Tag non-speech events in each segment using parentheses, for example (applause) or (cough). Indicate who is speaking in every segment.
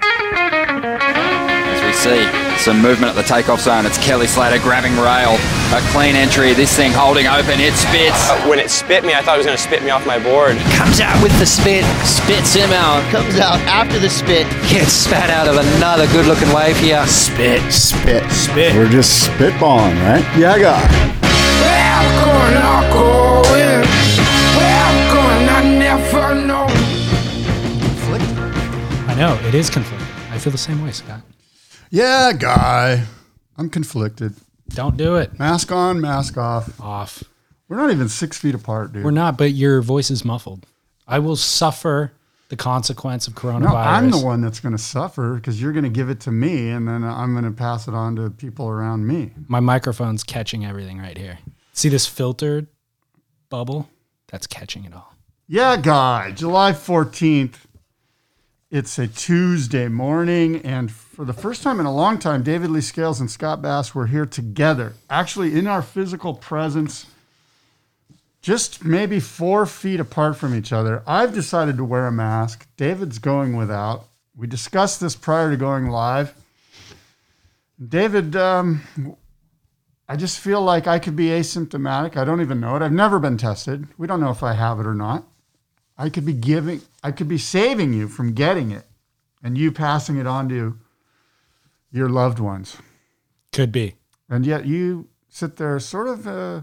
Speaker 1: As we see some movement at the takeoff zone, it's Kelly Slater grabbing rail. A clean entry, this thing holding open, it spits.
Speaker 2: But when it spit me, I thought it was going to spit me off my board.
Speaker 3: Comes out with the spit, spits him out.
Speaker 4: Comes out after the spit.
Speaker 3: Gets spat out of another good looking wave here.
Speaker 5: Spit, spit, spit.
Speaker 6: We're just spitballing, right? Yeah, God.
Speaker 7: I know it is conflicting. I feel the same way, Scott.
Speaker 6: Yeah, guy. I'm conflicted.
Speaker 7: Don't do it.
Speaker 6: Mask on, mask off.
Speaker 7: Off.
Speaker 6: We're not even six feet apart, dude.
Speaker 7: We're not, but your voice is muffled. I will suffer the consequence of coronavirus.
Speaker 6: no, I'm the one that's going to suffer because you're going to give it to me, and then I'm going to pass it on to people around me.
Speaker 7: My microphone's catching everything right here. See this filtered bubble? That's catching it all.
Speaker 6: Yeah, guy. July 14th. It's a Tuesday morning, and for the first time in a long time, David Lee Scales and Scott Bass were here together, actually in our physical presence, just maybe four feet apart from each other. I've decided to wear a mask. David's going without. We discussed this prior to going live. David, um, I just feel like I could be asymptomatic. I don't even know it. I've never been tested. We don't know if I have it or not. I could be giving, I could be saving you from getting it and you passing it on to your loved ones.
Speaker 7: Could be.
Speaker 6: And yet you sit there sort of, uh,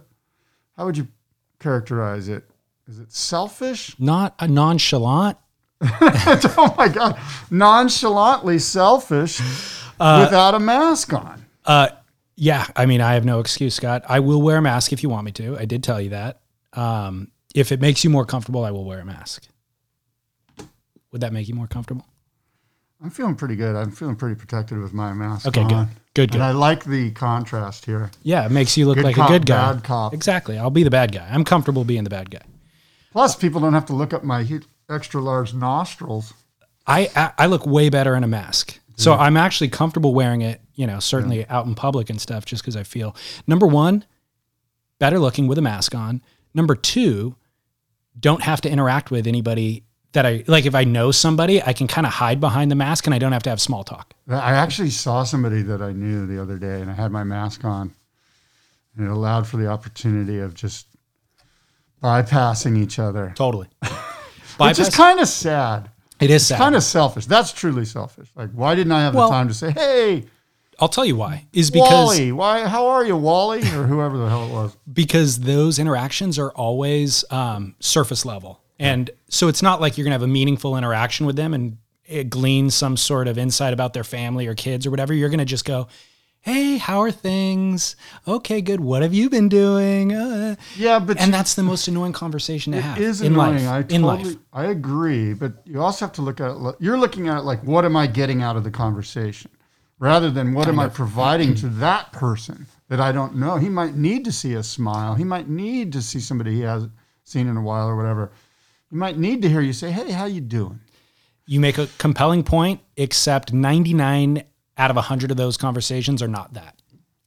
Speaker 6: how would you characterize it? Is it selfish? (laughs)
Speaker 7: Not a nonchalant.
Speaker 6: oh my God. Nonchalantly selfish
Speaker 7: Uh,
Speaker 6: without a mask on.
Speaker 7: Yeah, I mean, I have no excuse, Scott. I will wear a mask if you want me to. I did tell you that. Um, if it makes you more comfortable, I will wear a mask. Would that make you more comfortable?
Speaker 6: I'm feeling pretty good. I'm feeling pretty protected with my mask.
Speaker 7: Okay, good.
Speaker 6: on.
Speaker 7: Good, good.
Speaker 6: And I like the contrast here.
Speaker 7: Yeah, it makes you look
Speaker 6: Good
Speaker 7: like
Speaker 6: cop,
Speaker 7: a good guy.
Speaker 6: bad cop.
Speaker 7: Exactly. I'll be the bad guy. I'm comfortable being the bad guy.
Speaker 6: Plus, people don't have to look up my hu- extra large nostrils.
Speaker 7: I I- I look way better in a mask. So I'm actually comfortable wearing it, you know, certainly out in public and stuff just cuz I feel number 1 better looking with a mask on. Number 2 don't have to interact with anybody that I like if I know somebody, I can kind of hide behind the mask and I don't have to have small talk.
Speaker 6: I actually saw somebody that I knew the other day, and I had my mask on, and it allowed for the opportunity of just bypassing each other,
Speaker 7: Totally.
Speaker 6: which is
Speaker 7: (laughs) Bypass-
Speaker 6: kind of sad,
Speaker 7: it is sad.
Speaker 6: kind of selfish. That's truly selfish. Like, why didn't I have
Speaker 7: Well,
Speaker 6: the time to say, "Hey,
Speaker 7: I'll tell you why. Is because
Speaker 6: Wally, why? How are you, Wally?" or whoever the hell it was.
Speaker 7: because those interactions are always um, surface level. And so it's not like you're going to have a meaningful interaction with them and eh, glean some sort of insight about their family or kids or whatever. You're going to just go, hey, how are things? Okay, good. What have you been doing? Uh,
Speaker 6: Yeah, but
Speaker 7: and that's the most annoying conversation to have
Speaker 6: It is
Speaker 7: in
Speaker 6: annoying.
Speaker 7: life.
Speaker 6: I
Speaker 7: in
Speaker 6: totally,
Speaker 7: life.
Speaker 6: I agree, but you also have to look at it. li- You're looking at it like, what am I getting out of the conversation, rather than what am I providing to that person that I don't know. He might need to see a smile. He might need to see somebody he hasn't seen in a while or whatever. He might need to hear you say, "Hey, how you doing?"
Speaker 7: You make a compelling point, except 99 out of 100 of those conversations are not that.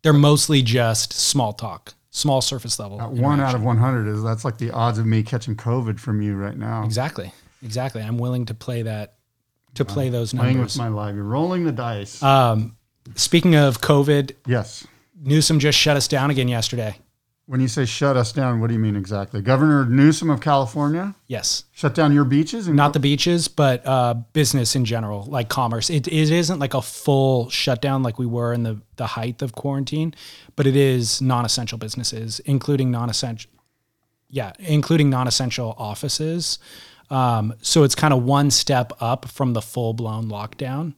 Speaker 7: They're mostly just small talk, small surface level.
Speaker 6: That one out
Speaker 7: interaction.
Speaker 6: of one hundred is that's like the odds of me catching COVID from you right now.
Speaker 7: Exactly. Exactly. I'm willing to play that to play those
Speaker 6: Playing with
Speaker 7: numbers. Uh, Um,
Speaker 6: my life, you're rolling the dice.
Speaker 7: Speaking of COVID,
Speaker 6: yes.
Speaker 7: Newsom just shut us down again yesterday.
Speaker 6: When you say shut us down, what do you mean exactly? Governor Newsom of California
Speaker 7: Yes.
Speaker 6: shut down your beaches and
Speaker 7: Not the beaches, but uh, business in general, like commerce. It, it isn't like a full shutdown like we were in the, the height of quarantine, but it is non essential businesses, including non essential. Yeah, including non essential offices. Um, so it's kind of one step up from the full blown lockdown.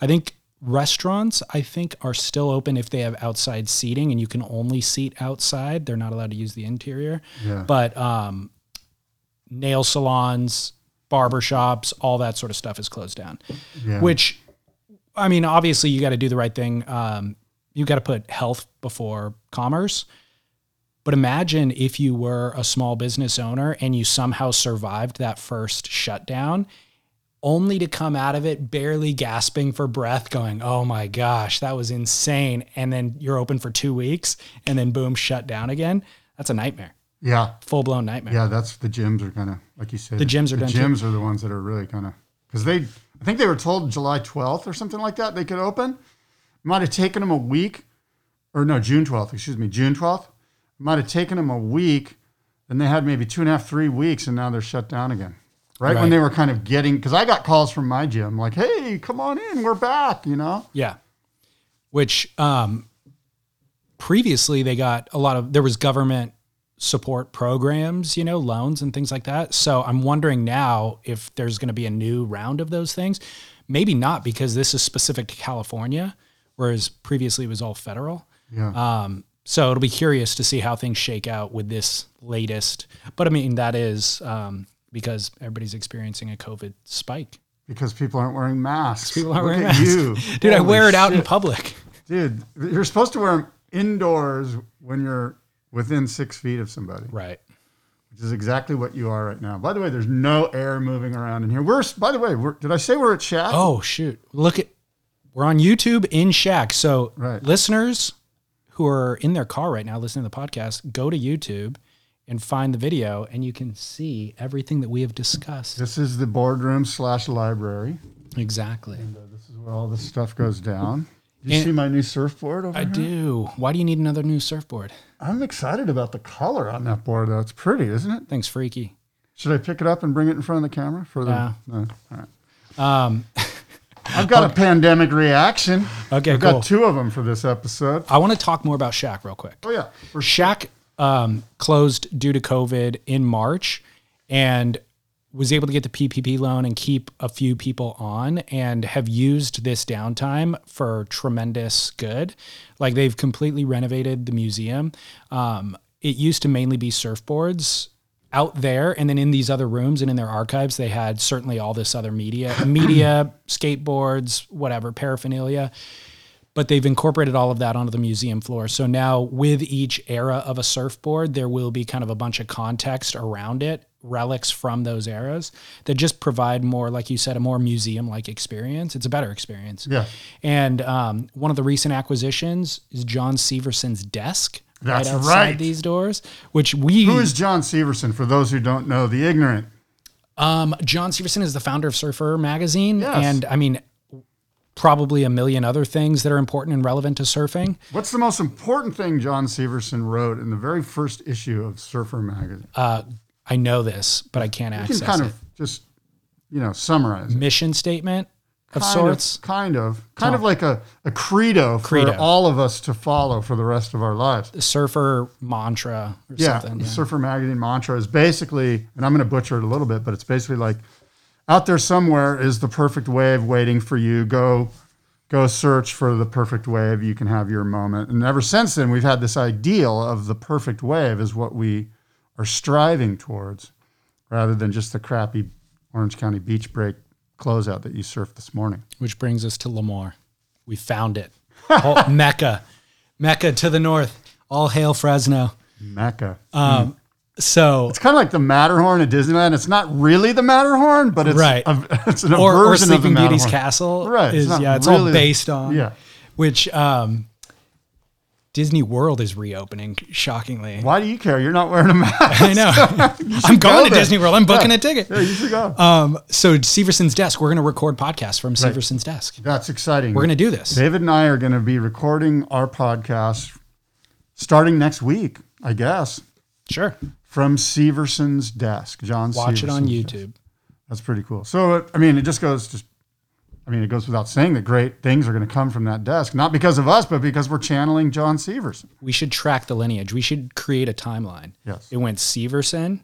Speaker 7: I think restaurants, I think, are still open if they have outside seating and you can only seat outside. They're not allowed to use the interior.
Speaker 6: Yeah.
Speaker 7: But um, nail salons, barber shops, all that sort of stuff is closed down,
Speaker 6: Yeah.
Speaker 7: which I mean, obviously, you got to do the right thing. Um, you got to put health before commerce. But imagine if you were a small business owner and you somehow survived that first shutdown, only to come out of it barely gasping for breath, going, Oh my gosh, that was insane. And then you're open for two weeks and then boom, shut down again. That's a nightmare,
Speaker 6: Yeah.
Speaker 7: full blown nightmare.
Speaker 6: Yeah, that's the gyms are gonna, like you said.
Speaker 7: The gyms are
Speaker 6: the
Speaker 7: done too.
Speaker 6: gyms are the ones that are really gonna, because they, I think they were told July 12th or something like that they could open. Might have taken them a week, or no, June 12th. Excuse me, June 12th. Might have taken them a week, and they had maybe two and a half, three weeks, and now they're shut down again. Right,
Speaker 7: Right.
Speaker 6: when they were kind of getting, because I got calls from my gym like, "Hey, come on in, we're back," you know.
Speaker 7: Yeah. Which um previously they got a lot of there was government support programs, you know, loans and things like that. So I'm wondering now if there's going to be a new round of those things. Maybe not because this is specific to California whereas previously it was all federal.
Speaker 6: Yeah.
Speaker 7: Um so it'll be curious to see how things shake out with this latest. But I mean that is um because everybody's experiencing a COVID spike.
Speaker 6: Because people aren't wearing masks.
Speaker 7: People (laughs) aren't
Speaker 6: Look
Speaker 7: wearing
Speaker 6: at
Speaker 7: masks.
Speaker 6: you,
Speaker 7: Dude, I
Speaker 6: Holy
Speaker 7: wear it out in
Speaker 6: shit.
Speaker 7: public.
Speaker 6: Dude, you're supposed to wear them indoors when you're within six feet of somebody,
Speaker 7: Right.
Speaker 6: which is exactly what you are right now. By the way, there's no air moving around in here. We're, by the way, we're, did I say we're at Shack?
Speaker 7: Oh shoot! Look at we're on YouTube in Shack. So
Speaker 6: Right.
Speaker 7: listeners who are in their car right now listening to the podcast, go to YouTube and find the video, and you can see everything that we have discussed.
Speaker 6: This is the boardroom slash library.
Speaker 7: Exactly.
Speaker 6: This is where all this stuff goes down. Do you
Speaker 7: And-
Speaker 6: see my new surfboard over
Speaker 7: I
Speaker 6: here?
Speaker 7: do. Why do you need another new surfboard?
Speaker 6: I'm excited about the color on that board, though. It's pretty, isn't it?
Speaker 7: Thanks, freaky.
Speaker 6: Should I pick it up and bring it in front of the camera for the?
Speaker 7: Yeah.
Speaker 6: No. All right.
Speaker 7: Um, (laughs)
Speaker 6: I've got a pandemic reaction.
Speaker 7: Okay,
Speaker 6: I've
Speaker 7: cool.
Speaker 6: got two of them for this episode.
Speaker 7: I want to talk more about Shack real quick.
Speaker 6: Oh yeah, for
Speaker 7: Shack um, closed due to COVID in March and was able to get the PPP loan and keep a few people on and have used this downtime for tremendous good. Like they've completely renovated the museum. Um, it used to mainly be surfboards out there and then in these other rooms and in their archives they had certainly all this other media media (clears throat) skateboards whatever paraphernalia but they've incorporated all of that onto the museum floor. So now, with each era of a surfboard, there will be kind of a bunch of context around it, relics from those eras that just provide more, like you said, a more museum like experience. It's a better experience.
Speaker 6: Yeah.
Speaker 7: And um, one of the recent acquisitions is John Severson's desk.
Speaker 6: That's
Speaker 7: outside
Speaker 6: right.
Speaker 7: These doors, which we
Speaker 6: Who is John Severson? For those who don't know, the ignorant.
Speaker 7: Um, John Severson is the founder of Surfer Magazine,
Speaker 6: Yes.
Speaker 7: and I mean, probably a million other things that are important and relevant to surfing.
Speaker 6: What's the most important thing John Severson wrote in the very first issue of Surfer magazine?
Speaker 7: I know this, but I can't
Speaker 6: you
Speaker 7: access
Speaker 6: can kind
Speaker 7: it.
Speaker 6: of just, you know, summarize it.
Speaker 7: Mission statement of
Speaker 6: Kind
Speaker 7: sorts.
Speaker 6: kind of, kind of like a, a credo for
Speaker 7: Credo.
Speaker 6: all of us to follow for the rest of our lives.
Speaker 7: The surfer mantra or
Speaker 6: yeah,
Speaker 7: something.
Speaker 6: the
Speaker 7: yeah.
Speaker 6: Surfer Magazine mantra is basically, and I'm going to butcher it a little bit, but it's basically like, out there somewhere is the perfect wave waiting for you. Go, go search for the perfect wave. You can have your moment. And ever since then, we've had this ideal of the perfect wave is what we are striving towards, rather than just the crappy Orange County beach break closeout that you surfed this morning.
Speaker 7: Which brings us to Lemoore. We
Speaker 6: (laughs)
Speaker 7: found it. Oh, Mecca. Mecca to the north. All hail Fresno.
Speaker 6: Mecca.
Speaker 7: Uh, So
Speaker 6: it's kind of like the Matterhorn at Disneyland. It's not really the Matterhorn, but it's
Speaker 7: Right.
Speaker 6: a, (laughs) it's an
Speaker 7: or, or
Speaker 6: version of the
Speaker 7: Sleeping Beauty's
Speaker 6: Matterhorn.
Speaker 7: Castle.
Speaker 6: Right, it's
Speaker 7: Is,
Speaker 6: not
Speaker 7: yeah, it's all
Speaker 6: really-
Speaker 7: based on.
Speaker 6: Yeah.
Speaker 7: Which um, Disney World is reopening, shockingly.
Speaker 6: Why do you care? You're not wearing a mask.
Speaker 7: (laughs)
Speaker 6: (laughs)
Speaker 7: I know. I'm
Speaker 6: go
Speaker 7: going to
Speaker 6: there.
Speaker 7: Disney World. I'm booking
Speaker 6: Yeah.
Speaker 7: a ticket.
Speaker 6: Yeah, you should go.
Speaker 7: Um, so Severson's desk. We're going to record podcasts from Severson's desk.
Speaker 6: That's exciting.
Speaker 7: We're going to do this.
Speaker 6: David and I are going to be recording our podcast starting next week, I guess,
Speaker 7: Sure.
Speaker 6: from Severson's desk. John.
Speaker 7: Watch it on
Speaker 6: Severson's desk.
Speaker 7: YouTube.
Speaker 6: That's pretty cool. So it- I mean, it just goes to. I mean, it goes without saying that great things are going to come from that desk, not because of us, but because we're channeling John Severson.
Speaker 7: We should track the lineage. We should create a timeline.
Speaker 6: Yes.
Speaker 7: It went Severson,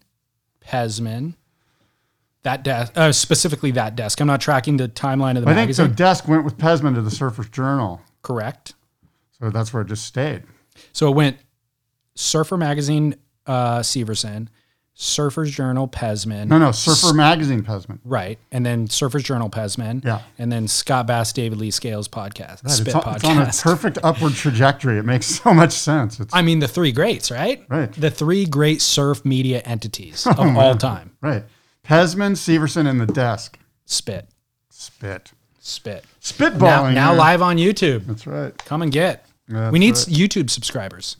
Speaker 7: Pesman, that desk, uh, specifically that desk. I'm not tracking the timeline of the
Speaker 6: I think the
Speaker 7: magazine.
Speaker 6: desk went with Pesman to the Surface Journal,
Speaker 7: Correct.
Speaker 6: so that's where it just stayed.
Speaker 7: So it went Surfer Magazine, uh, Severson, Surfers Journal Pesman.
Speaker 6: No, no, Surfer Magazine Pesman.
Speaker 7: Right. And then Surfers Journal Pesman.
Speaker 6: Yeah.
Speaker 7: And then Scott Bass, David Lee Scales podcast.
Speaker 6: God,
Speaker 7: Spit
Speaker 6: it's, on, it's on a
Speaker 7: podcast.
Speaker 6: perfect upward trajectory. It makes (laughs) so much sense. It's
Speaker 7: I mean, the three greats, right?
Speaker 6: Right. Oh,
Speaker 7: The three great surf media
Speaker 6: (laughs)
Speaker 7: entities of all time.
Speaker 6: right. Pesman, Severson, and the desk.
Speaker 7: Spit.
Speaker 6: Spit.
Speaker 7: Spit.
Speaker 6: Spitballing.
Speaker 7: Now, now
Speaker 6: here.
Speaker 7: live on YouTube.
Speaker 6: That's right.
Speaker 7: Come and get.
Speaker 6: That's
Speaker 7: we need
Speaker 6: right.
Speaker 7: s YouTube subscribers.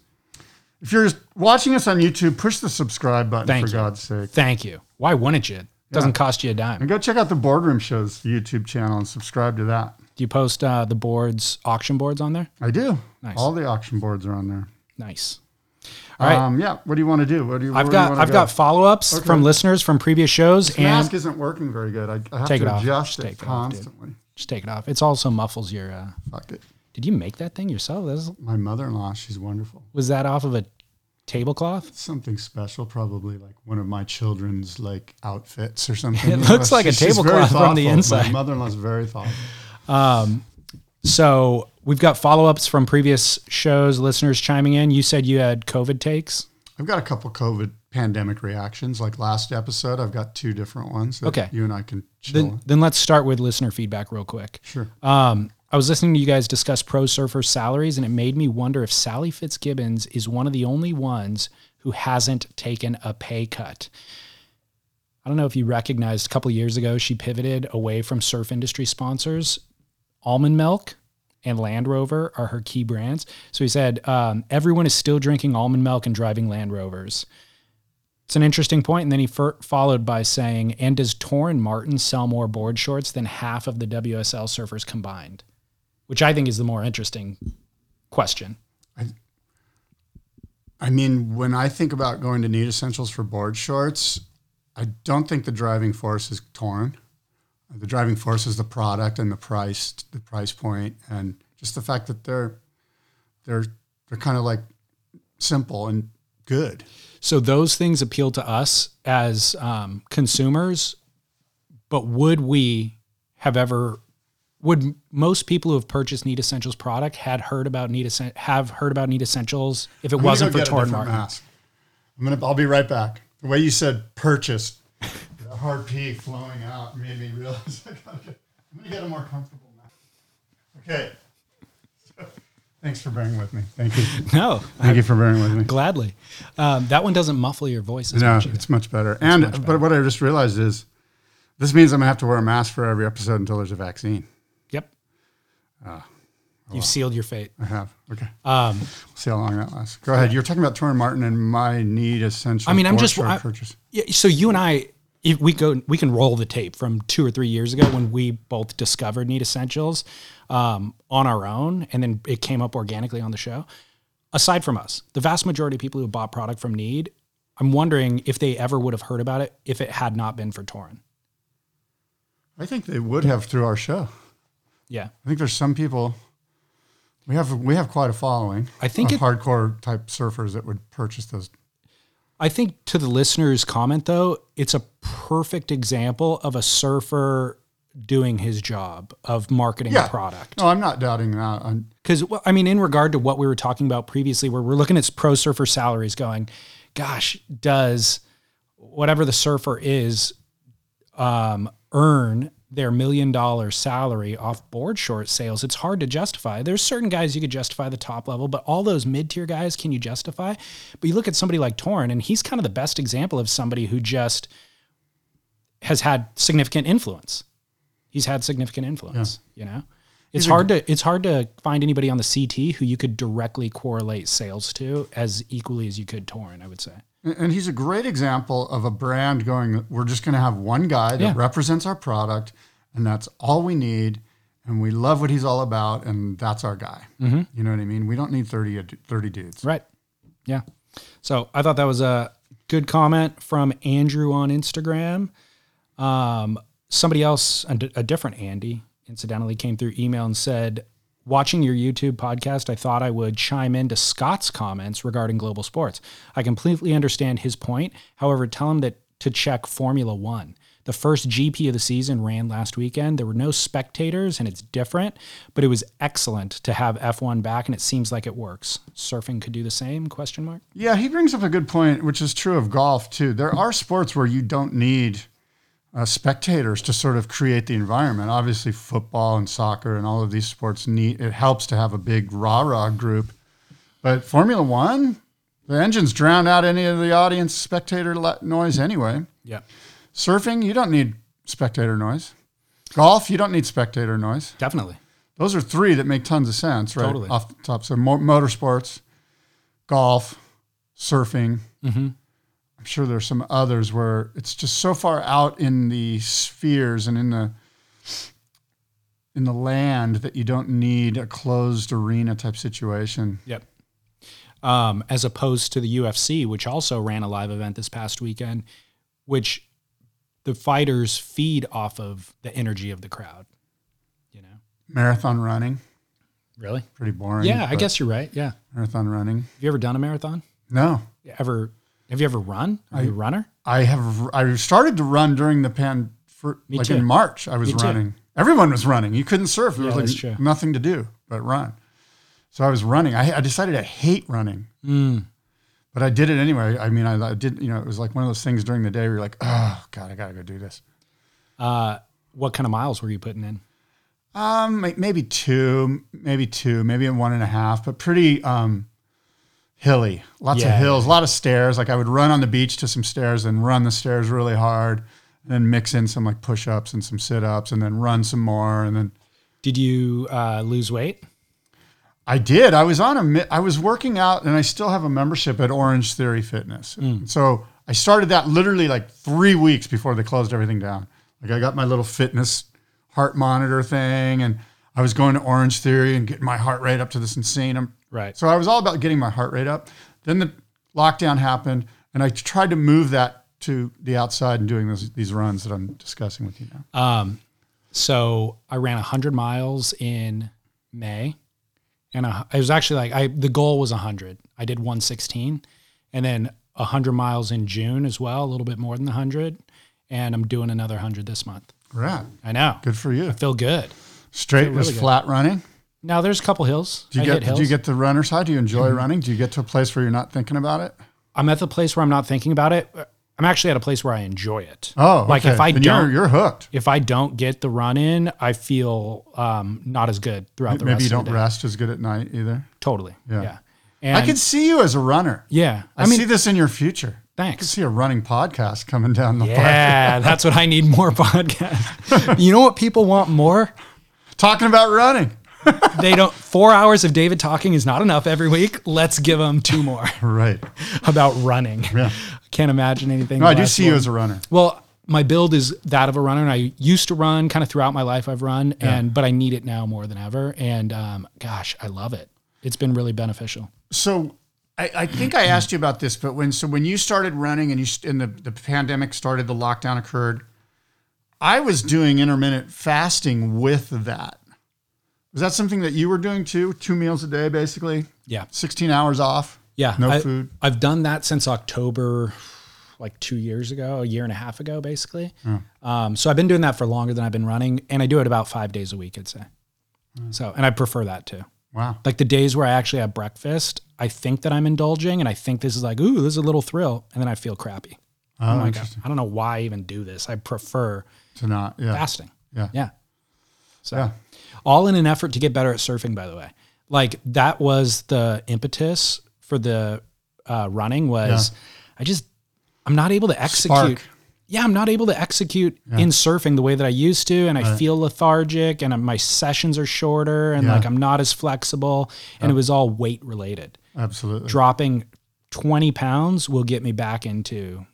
Speaker 6: If you're watching us on YouTube, push the subscribe button
Speaker 7: Thank
Speaker 6: for
Speaker 7: you.
Speaker 6: God's sake.
Speaker 7: Thank you. Why wouldn't you? Doesn't cost you a dime.
Speaker 6: And go check out the Boardroom Show's YouTube channel and subscribe to that.
Speaker 7: Do you post uh, the boards, auction boards on there?
Speaker 6: I do.
Speaker 7: Nice.
Speaker 6: All the auction boards are on there.
Speaker 7: Nice. All right.
Speaker 6: Um, yeah. What do you want to do? What do you? where
Speaker 7: I've
Speaker 6: do you
Speaker 7: got
Speaker 6: wanna
Speaker 7: I've
Speaker 6: go?
Speaker 7: got follow ups from listeners from previous shows
Speaker 6: This mask
Speaker 7: and
Speaker 6: isn't working very good. I, I have
Speaker 7: Take it
Speaker 6: to
Speaker 7: off.
Speaker 6: adjust
Speaker 7: Just
Speaker 6: it,
Speaker 7: take it off, dude.
Speaker 6: constantly.
Speaker 7: just take it off. It's also muffles your. Uh,
Speaker 6: Fuck it.
Speaker 7: did you make that thing yourself? That was,
Speaker 6: My mother-in-law, she's wonderful.
Speaker 7: was that off of a tablecloth?
Speaker 6: Something special, probably like one of my children's like outfits or something.
Speaker 7: (laughs) It
Speaker 6: You
Speaker 7: looks
Speaker 6: know,
Speaker 7: like a
Speaker 6: she's- she's very
Speaker 7: tablecloth from the
Speaker 6: thoughtful.
Speaker 7: inside.
Speaker 6: My mother-in-law's very thoughtful.
Speaker 7: So we've got follow ups from previous shows. Listeners chiming in. You said you had COVID takes.
Speaker 6: I've got a couple COVID pandemic reactions. Like last episode, I've got two different ones. that
Speaker 7: Okay.
Speaker 6: You and I can chill.
Speaker 7: Then, then let's start with listener feedback real quick.
Speaker 6: sure.
Speaker 7: I was listening to you guys discuss pro surfer salaries, and it made me wonder if Sally Fitzgibbons is one of the only ones who hasn't taken a pay cut. I don't know if you recognized a couple years ago, she pivoted away from surf industry sponsors. Almond Milk and Land Rover are her key brands. So he said, um, everyone is still drinking almond milk and driving Land Rovers. It's an interesting point. And then he fir- followed by saying, and does Torrin Martin sell more board shorts than half of the WSL surfers combined? Which I think is the more interesting question.
Speaker 6: I mean, when I think about going to Need Essentials for board shorts, I don't think the driving force is torn. The driving force is the product and the price, the price point, and just the fact that they're they're they're kind of like simple and good.
Speaker 7: So those things appeal to us as um, consumers, but would we have ever? Would most people who have purchased Need Essentials product had heard about Need Essen- have heard about Need Essentials if it
Speaker 6: I'm gonna
Speaker 7: wasn't
Speaker 6: go
Speaker 7: for
Speaker 6: get a
Speaker 7: Torn
Speaker 6: different
Speaker 7: Martin?
Speaker 6: Mask. I'm gonna. I'll be right back. The way you said purchase, the hard P flowing out made me realize (laughs) I gotta get, I'm gonna get a more comfortable mask. Okay. Thanks for bearing with me. Thank you.
Speaker 7: No,
Speaker 6: Thank you for bearing with me.
Speaker 7: gladly. Um, that one doesn't muffle your voice as
Speaker 6: No,
Speaker 7: much. either.
Speaker 6: it's much better. and but what I just realized is this means I'm gonna have to wear a mask for every episode until there's a vaccine.
Speaker 7: Yep.
Speaker 6: Ah,
Speaker 7: You've sealed your fate.
Speaker 6: I have. Okay.
Speaker 7: Um,
Speaker 6: See how long that lasts. Go ahead. You're talking about Torrin Martin and my need essential.
Speaker 7: I mean, I'm
Speaker 6: board
Speaker 7: just-
Speaker 6: short
Speaker 7: I-
Speaker 6: purchase.
Speaker 7: yeah, so you and I, if we go, we can roll the tape from two or three years ago when we both discovered Need Essentials um, on our own, and then it came up organically on the show. Aside from us, the vast majority of people who bought product from Need, I'm wondering if they ever would have heard about it if it had not been for Torin.
Speaker 6: I think they would have through our show.
Speaker 7: Yeah,
Speaker 6: I think there's some people we have we have quite a following.
Speaker 7: I think
Speaker 6: of
Speaker 7: it-
Speaker 6: hardcore type surfers that would purchase those.
Speaker 7: I think to the listener's comment though, it's a perfect example of a surfer doing his job of marketing a product.
Speaker 6: No, I'm not doubting that. I'm,
Speaker 7: Because I mean, in regard to what we were talking about previously, where we're looking at pro surfer salaries, going, gosh, does whatever the surfer is um, earn their million dollar salary off board short sales? It's hard to justify. There's certain guys you could justify the top level, but all those mid tier guys, can you justify? But you look at somebody like Torn, and he's kind of the best example of somebody who just has had significant influence. He's had significant influence, you know. It's hard to it's hard to find anybody on the CT who you could directly correlate sales to as equally as you could Torin, I would say.
Speaker 6: and he's a great example of a brand going. We're just going to have one guy that
Speaker 7: Yeah.
Speaker 6: represents our product, and that's all we need. And we love what he's all about, and that's our guy.
Speaker 7: Mm-hmm.
Speaker 6: You know what I mean? We don't need 30, a- 30 dudes.
Speaker 7: Right. Yeah. So I thought that was a good comment from Andrew on Instagram. Um, somebody else, a, di- a different Andy, incidentally, came through email and said, Watching your YouTube podcast, I thought I would chime into Scott's comments regarding global sports. I completely understand his point. However, tell him that to check Formula One. The first GP of the season ran last weekend. There were no spectators, and it's different, but it was excellent to have F1 back, and it seems like it works. Surfing could do the same? Question mark.
Speaker 6: Yeah, he brings up a good point, which is true of golf too. There are sports where you don't need uh, spectators to sort of create the environment. Obviously, football and soccer and all of these sports need it helps to have a big rah rah group. But Formula One, the engines drown out any of the audience spectator la- noise anyway.
Speaker 7: Yeah.
Speaker 6: Surfing, you don't need spectator noise. Golf, you don't need spectator noise.
Speaker 7: Definitely.
Speaker 6: Those are three that make tons of sense, right?
Speaker 7: Totally.
Speaker 6: Off the top. So mo- motorsports, golf, surfing.
Speaker 7: Mm-hmm.
Speaker 6: I'm sure there's some others where it's just so far out in the spheres and in the in the land that you don't need a closed arena type situation.
Speaker 7: Yep. Um, as opposed to the UFC, which also ran a live event this past weekend, which the fighters feed off of the energy of the crowd. You know?
Speaker 6: Marathon running,
Speaker 7: Really?
Speaker 6: pretty boring.
Speaker 7: Yeah, I
Speaker 6: but
Speaker 7: guess you're right. Yeah. Have
Speaker 6: marathon running.
Speaker 7: you ever done a marathon?
Speaker 6: No,
Speaker 7: Ever? Have you ever run? Are you a runner?
Speaker 6: I have. I started to run during the pan. For,
Speaker 7: Me
Speaker 6: like
Speaker 7: too.
Speaker 6: in March, I was
Speaker 7: Me too.
Speaker 6: running. Everyone was running. You couldn't surf. There
Speaker 7: Yeah,
Speaker 6: was
Speaker 7: that's
Speaker 6: like
Speaker 7: true.
Speaker 6: nothing to do but run. So I was running. I, I decided I hate running,
Speaker 7: Hmm.
Speaker 6: but I did it anyway. I mean, I, I did. You know, it was like one of those things during the day where you're like, oh god, I gotta go do this.
Speaker 7: What kind of miles were you putting in?
Speaker 6: Um, may- maybe two, maybe two, maybe a one and a half, but pretty um, hilly. Lots
Speaker 7: Yeah.
Speaker 6: of hills, a lot of stairs. Like I would run on the beach to some stairs and run the stairs really hard, and then mix in some like push ups and some sit ups, and then run some more. And then
Speaker 7: Did you uh, lose weight?
Speaker 6: I did. I was on a. mi- I was working out, and I still have a membership at Orange Theory Fitness.
Speaker 7: Hmm.
Speaker 6: So I started that literally like three weeks before they closed everything down. Like I got my little fitness heart monitor thing, and I was going to Orange Theory and getting my heart rate up to this insane. um,
Speaker 7: Right.
Speaker 6: So I was all about getting my heart rate up. Then the lockdown happened, and I tried to move that to the outside and doing those, these runs that I'm discussing with you now.
Speaker 7: Uh, So I ran 100 miles in May. And I, I was actually like, I the goal was 100. I did 116. And then 100 miles in June as well, a little bit more than 100. And I'm doing another 100 this month.
Speaker 6: Right.
Speaker 7: I know.
Speaker 6: Good for you.
Speaker 7: I feel good.
Speaker 6: Straight was
Speaker 7: good.
Speaker 6: flat running.
Speaker 7: Now there's a couple hills.
Speaker 6: Do you
Speaker 7: I hit
Speaker 6: get
Speaker 7: hills. Mm-hmm.
Speaker 6: do you get the runner's high? Do you enjoy running? Do you get to a place where you're not thinking about it?
Speaker 7: I'm at the place where I'm not thinking about it. I'm actually at a place where I enjoy it.
Speaker 6: Oh,
Speaker 7: like
Speaker 6: okay.
Speaker 7: if I
Speaker 6: Then
Speaker 7: don't,
Speaker 6: you're, you're hooked.
Speaker 7: if I don't get the run in, I feel um, not as good throughout the
Speaker 6: Maybe
Speaker 7: rest
Speaker 6: you
Speaker 7: of
Speaker 6: don't
Speaker 7: the day.
Speaker 6: rest as good at night either.
Speaker 7: Totally. Yeah.
Speaker 6: Yeah.
Speaker 7: And
Speaker 6: I could see you as a runner.
Speaker 7: Yeah.
Speaker 6: I,
Speaker 7: I mean,
Speaker 6: see this in your future. I could
Speaker 7: thanks.
Speaker 6: see a running podcast coming down the pipe,
Speaker 7: (laughs) Yeah, that's what I need more (laughs) podcasts. you know what people want more?
Speaker 6: talking about running.
Speaker 7: They don't. Four hours of David talking is not enough every week. Let's give them two more (laughs)
Speaker 6: Right.
Speaker 7: about running.
Speaker 6: Yeah.
Speaker 7: Can't imagine anything.
Speaker 6: No, I do
Speaker 7: less
Speaker 6: see you
Speaker 7: long.
Speaker 6: as a runner.
Speaker 7: Well, my build is that of a runner, and I used to run kind of throughout my life. I've run, and but I need it now more than ever. And um, gosh, I love it. It's been really beneficial.
Speaker 6: So I, I think I asked you about this, but when so when you started running and you st- and the, the pandemic started, the lockdown occurred. I was doing intermittent fasting with that. Was that something that you were doing too? Two meals a day, basically.
Speaker 7: Yeah.
Speaker 6: sixteen hours off.
Speaker 7: Yeah,
Speaker 6: no
Speaker 7: I-
Speaker 6: food.
Speaker 7: I've done that since October, like two years ago, a year and a half ago, basically.
Speaker 6: Oh.
Speaker 7: Um, so I've been doing that for longer than I've been running, and I do it about five days a week, I'd say.
Speaker 6: Hmm.
Speaker 7: So, and I prefer that too.
Speaker 6: Wow.
Speaker 7: Like the days where I actually have breakfast, I think that I'm indulging, and I think this is like, ooh, this is a little thrill, and then I feel crappy.
Speaker 6: Oh,
Speaker 7: Like, I,
Speaker 6: interesting.
Speaker 7: I don't know why I even do this. I prefer
Speaker 6: To not. Yeah.
Speaker 7: fasting.
Speaker 6: Yeah.
Speaker 7: Yeah. So,
Speaker 6: Yeah.
Speaker 7: all in an effort to get better at surfing, by the way. Like, that was the impetus for the uh, running was I just, I'm not able to execute.
Speaker 6: Spark.
Speaker 7: Yeah, I'm not able to execute in surfing the way that I used to, and I feel lethargic, and my sessions are shorter, and
Speaker 6: Yeah.
Speaker 7: like I'm not as flexible, and it was all weight related.
Speaker 6: Absolutely.
Speaker 7: Dropping 20 pounds will get me back into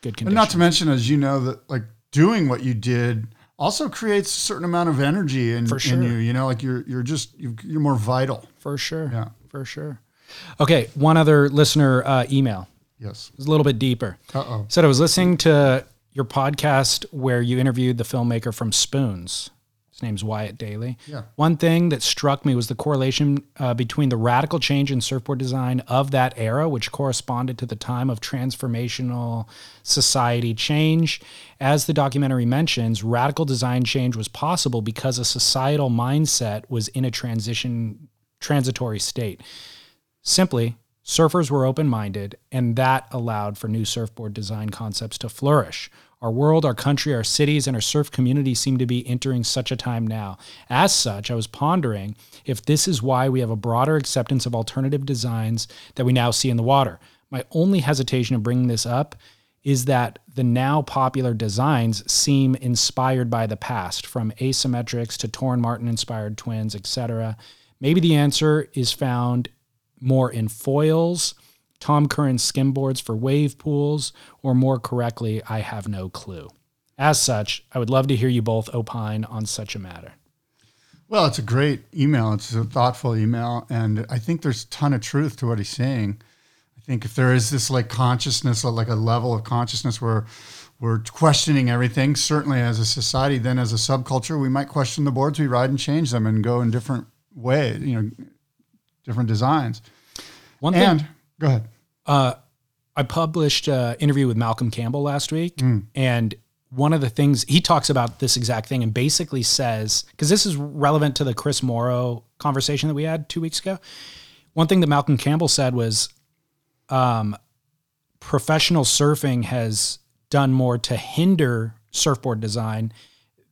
Speaker 7: good
Speaker 6: And
Speaker 7: condition.
Speaker 6: not to mention, as you know, that like doing what you did also creates a certain amount of energy in,
Speaker 7: For sure.
Speaker 6: in you. You know, like you're you're just you've, you're more vital.
Speaker 7: for sure.
Speaker 6: Yeah.
Speaker 7: for sure. Okay, one other listener uh, email.
Speaker 6: Yes.
Speaker 7: It was a little bit deeper.
Speaker 6: Uh-oh.
Speaker 7: Said I was listening to your podcast where you interviewed the filmmaker from Spoons. His name's Wyatt Daly.
Speaker 6: Yeah.
Speaker 7: One thing that struck me was the correlation uh, between the radical change in surfboard design of that era, which corresponded to the time of transformational society change. As the documentary mentions, radical design change was possible because a societal mindset was in a transition transitory state. Simply, surfers were open minded, and that allowed for new surfboard design concepts to flourish. Our world, our country, our cities, and our surf community seem to be entering such a time now. As such, I was pondering if this is why we have a broader acceptance of alternative designs that we now see in the water. My only hesitation of bringing this up is that the now popular designs seem inspired by the past, from asymmetrics to Torn Martin inspired twins, etc. Maybe the answer is found more in foils, Tom Curran skimboards for wave pools, or more correctly, I have no clue. As such, I would love to hear you both opine on such a matter.
Speaker 6: Well, it's a great email. It's a thoughtful email, and I think there's a ton of truth to what he's saying. I think if there is this like consciousness, or like a level of consciousness where we're questioning everything, certainly as a society, then as a subculture, we might question the boards we ride and change them and go in different way, you know, different designs.
Speaker 7: One thing
Speaker 6: And go ahead.
Speaker 7: I published an interview with Malcolm Campbell last week, and one of the things he talks about this exact thing and basically says, because this is relevant to the Chris Morrow conversation that we had two weeks ago. One thing that Malcolm Campbell said was, um, professional surfing has done more to hinder surfboard design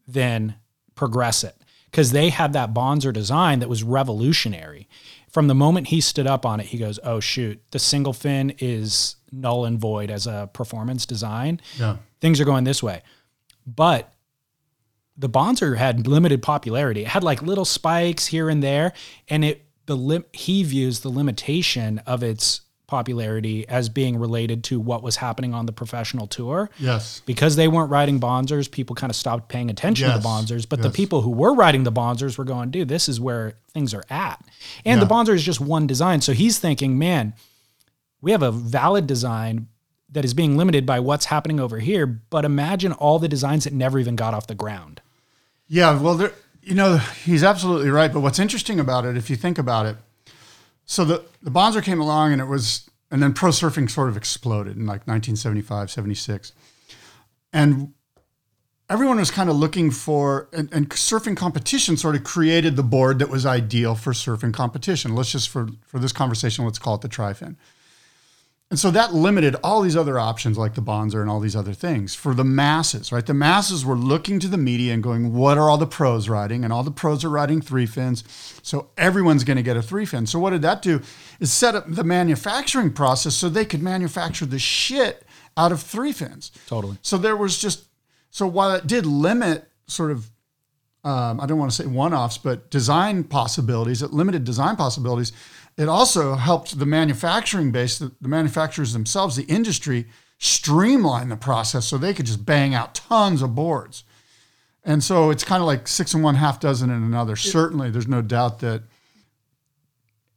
Speaker 7: than progress it because they had that Bonzer design that was revolutionary. From the moment he stood up on it, he goes, "Oh shoot, the single fin is null and void as a performance design.
Speaker 6: Yeah.
Speaker 7: Things are going this way." But the Bonzer had limited popularity. It had like little spikes here and there, and it the lim- he views the limitation of its popularity as being related to what was happening on the professional tour
Speaker 6: Yes.
Speaker 7: because they weren't riding Bonzers, people kind of stopped paying attention to
Speaker 6: Yes.
Speaker 7: the Bonzers. But the
Speaker 6: Yes.
Speaker 7: people who were riding the Bonzers were going, dude, this is where things are at. And the
Speaker 6: Yeah.
Speaker 7: Bonzer is just one design. So he's thinking, man, we have a valid design that is being limited by what's happening over here. But imagine all the designs that never even got off the ground.
Speaker 6: Yeah, well, there, you know, he's absolutely right. But what's interesting about it, if you think about it, so the, the Bonzer came along and it was, and then pro surfing sort of exploded in like 1975, 76. And everyone was kind of looking for, and, and surfing competition sort of created the board that was ideal for surfing competition. Let's just, for, for this conversation, let's call it the tri-fin. And so that limited all these other options like the Bonzer and all these other things for the masses, right? The masses were looking to the media and going, what are all the pros riding? And all the pros are riding three fins. So everyone's going to get a three fin. So what did that do? Is set up the manufacturing process so they could manufacture the shit out of three fins.
Speaker 7: Totally.
Speaker 6: So there was just, so while it did limit sort of um, I don't want to say one offs, but design possibilities, it limited design possibilities. It also helped the manufacturing base, the, the manufacturers themselves, the industry, streamline the process so they could just bang out tons of boards. And so it's kind of like six and one half dozen in another. Certainly, there's no doubt that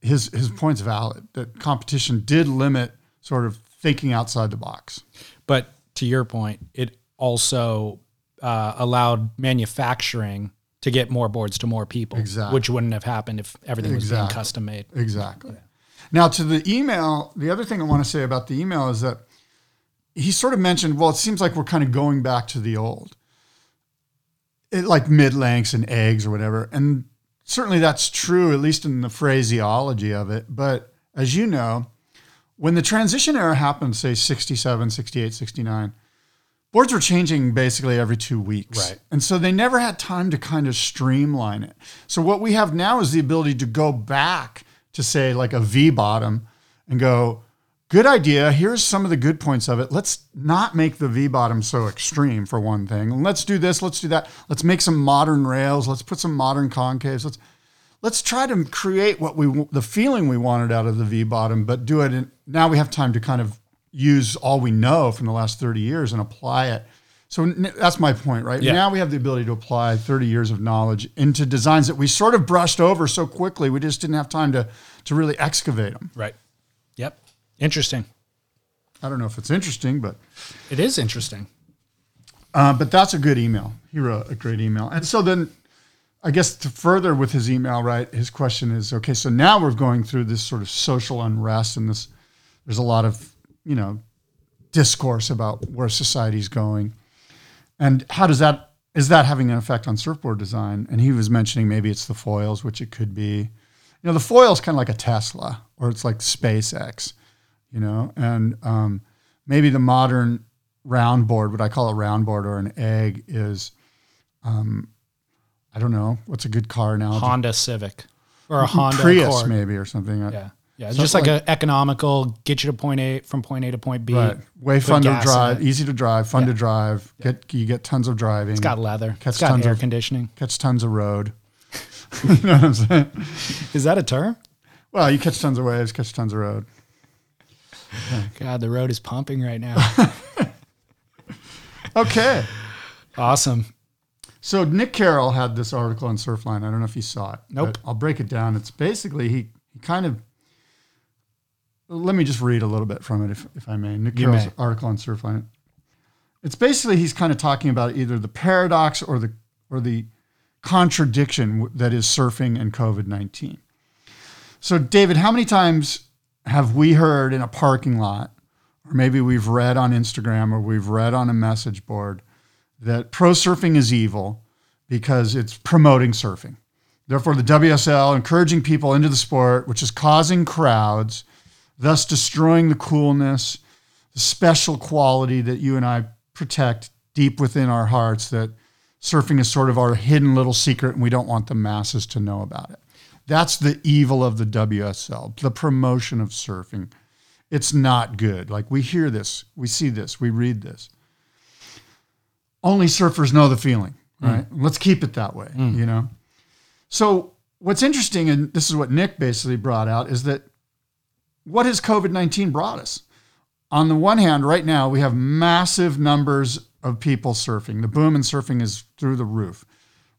Speaker 6: his his point's valid. That competition did limit sort of thinking outside the box.
Speaker 7: But to your point, it also uh, allowed manufacturing to get more boards to more people,
Speaker 6: Exactly.
Speaker 7: which wouldn't have happened if everything was
Speaker 6: Exactly.
Speaker 7: being custom made.
Speaker 6: Exactly. Now, to the email, the other thing I want to say about the email is that he sort of mentioned, well, it seems like we're kind of going back to the old, it, like mid lengths and eggs or whatever. And certainly that's true, at least in the phraseology of it. But as you know, when the transition era happened, say 67, 68, 69, boards were changing basically every two weeks.
Speaker 7: Right.
Speaker 6: And so they never had time to kind of streamline it. So what we have now is the ability to go back to say like a V bottom and go, good idea. Here's some of the good points of it. Let's not make the V bottom so extreme for one thing. And let's do this, let's do that. Let's make some modern rails. Let's put some modern concaves. Let's let's try to create what we the feeling we wanted out of the V bottom, but do it. In, now we have time to kind of use all we know from the last thirty years and apply it. So n- that's my point, right?
Speaker 7: Yeah.
Speaker 6: Now we have the ability to apply thirty years of knowledge into designs that we sort of brushed over so quickly. We just didn't have time to to really excavate them.
Speaker 7: Right. Yep. Interesting.
Speaker 6: I don't know if it's interesting, but
Speaker 7: It is interesting.
Speaker 6: Uh, but that's a good email. He wrote a great email. And so then I guess to further with his email, right? His question is okay. So now we're going through this sort of social unrest, and this there's a lot of you know discourse about where society's going, and how does that is that having an effect on surfboard design? And he was mentioning maybe it's the foils, which it could be. You know, the foil's kind of like a Tesla, or it's like SpaceX, you know, and um, maybe the modern round board, what I call a round board or an egg, is um, I don't know what's a good car now.
Speaker 7: Honda Civic or a Honda
Speaker 6: Prius
Speaker 7: Accord.
Speaker 6: maybe or something.
Speaker 7: Yeah. Yeah, just like, an economical, get you to point A from point A to point B.
Speaker 6: Right. Way
Speaker 7: put
Speaker 6: fun to
Speaker 7: gas in
Speaker 6: drive,
Speaker 7: it.
Speaker 6: easy to drive, fun to drive. Get you get tons of driving.
Speaker 7: It's got leather.
Speaker 6: Catch
Speaker 7: it's got
Speaker 6: tons
Speaker 7: air
Speaker 6: of-
Speaker 7: conditioning.
Speaker 6: catch tons of road. (laughs) you know what I'm saying?
Speaker 7: Is that a term?
Speaker 6: Well, you catch tons of waves, catch tons of road.
Speaker 7: God, the road is pumping
Speaker 6: (laughs)
Speaker 7: right now.
Speaker 6: Okay.
Speaker 7: awesome.
Speaker 6: So Nick Carroll had this article on Surfline. I don't know if you saw it.
Speaker 7: Nope.
Speaker 6: but I'll break it down. It's basically he he kind of let me just read a little bit from it if, if I may. Nick
Speaker 7: You
Speaker 6: Carroll's
Speaker 7: may.
Speaker 6: article on Surfline. It's basically he's kind of talking about either the paradox or the or the contradiction w- that is surfing and COVID-19. So David, how many times have we heard in a parking lot or maybe we've read on Instagram or we've read on a message board that pro surfing is evil because it's promoting surfing. Therefore, the WSL encouraging people into the sport, which is causing crowds, thus destroying the coolness, the special quality that you and I protect deep within our hearts that surfing is sort of our hidden little secret and we don't want the masses to know about it. That's the evil of the WSL, the promotion of surfing. It's not good. Like we hear this, we see this, we read this only surfers know the feeling, right? Let's keep it that way, you know? So, what's interesting, and this is what Nick basically brought out, is that what has COVID 19 brought us? On the one hand, right now, we have massive numbers of people surfing. The boom in surfing is through the roof.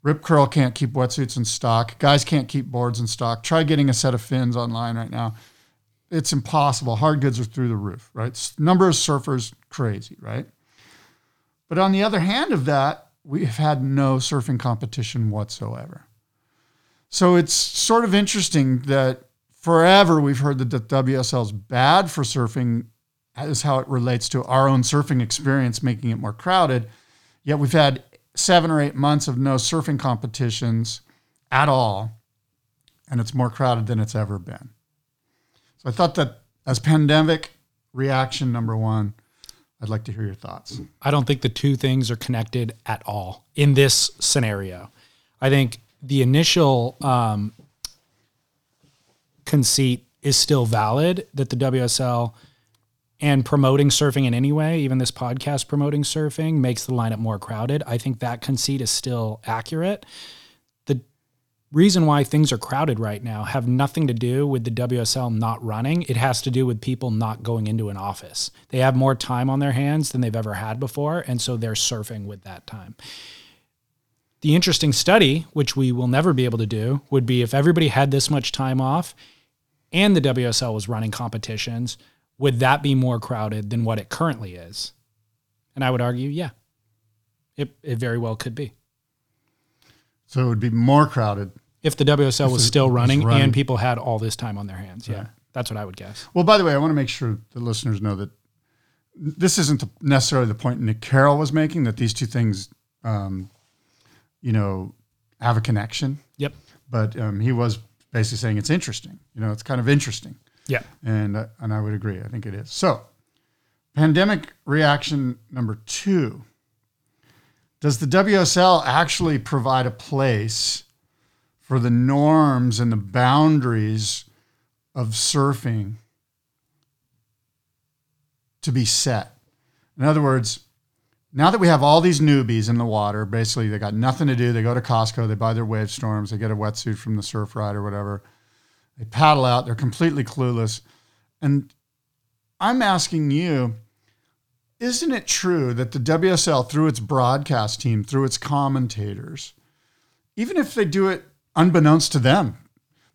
Speaker 6: Rip Curl can't keep wetsuits in stock. Guys can't keep boards in stock. Try getting a set of fins online right now. It's impossible. Hard goods are through the roof, right? S- Number of surfers, crazy, right? But on the other hand of that, we've had no surfing competition whatsoever. So it's sort of interesting that forever we've heard that the WSL is bad for surfing, is how it relates to our own surfing experience, making it more crowded. Yet we've had seven or eight months of no surfing competitions at all, and it's more crowded than it's ever been. So I thought that as pandemic reaction number one, I'd like to hear your thoughts.
Speaker 7: I don't think the two things are connected at all in this scenario. I think the initial um, conceit is still valid that the WSL and promoting surfing in any way, even this podcast promoting surfing, makes the lineup more crowded. I think that conceit is still accurate. The reason why things are crowded right now have nothing to do with the WSL not running. It has to do with people not going into an office. They have more time on their hands than they've ever had before, and so they're surfing with that time. The interesting study, which we will never be able to do, would be if everybody had this much time off and the WSL was running competitions, would that be more crowded than what it currently is? And I would argue, yeah. It, it very well could be.
Speaker 6: So it would be more crowded.
Speaker 7: if the WSL was still running,
Speaker 6: running.
Speaker 7: and people had all this time on their hands. Yeah. That's what I would guess.
Speaker 6: Well, by the way, I want to make sure the listeners know that this isn't the- necessarily the point Nick Carroll was making that these two things, um, you know, have a connection.
Speaker 7: Yep.
Speaker 6: But um, he was basically saying it's interesting. You know, it's kind of interesting,
Speaker 7: Yeah.
Speaker 6: and uh, and I would agree. I think it is. So, pandemic reaction number two. Does the WSL actually provide a place for the norms and the boundaries of surfing to be set. In other words, now that we have all these newbies in the water, basically they got nothing to do. They go to Costco, they buy their wave storms, they get a wetsuit from the surf ride or whatever. They paddle out, they're completely clueless. And I'm asking you, isn't it true that the WSL, through its broadcast team, through its commentators, even if they do it unbeknownst to them,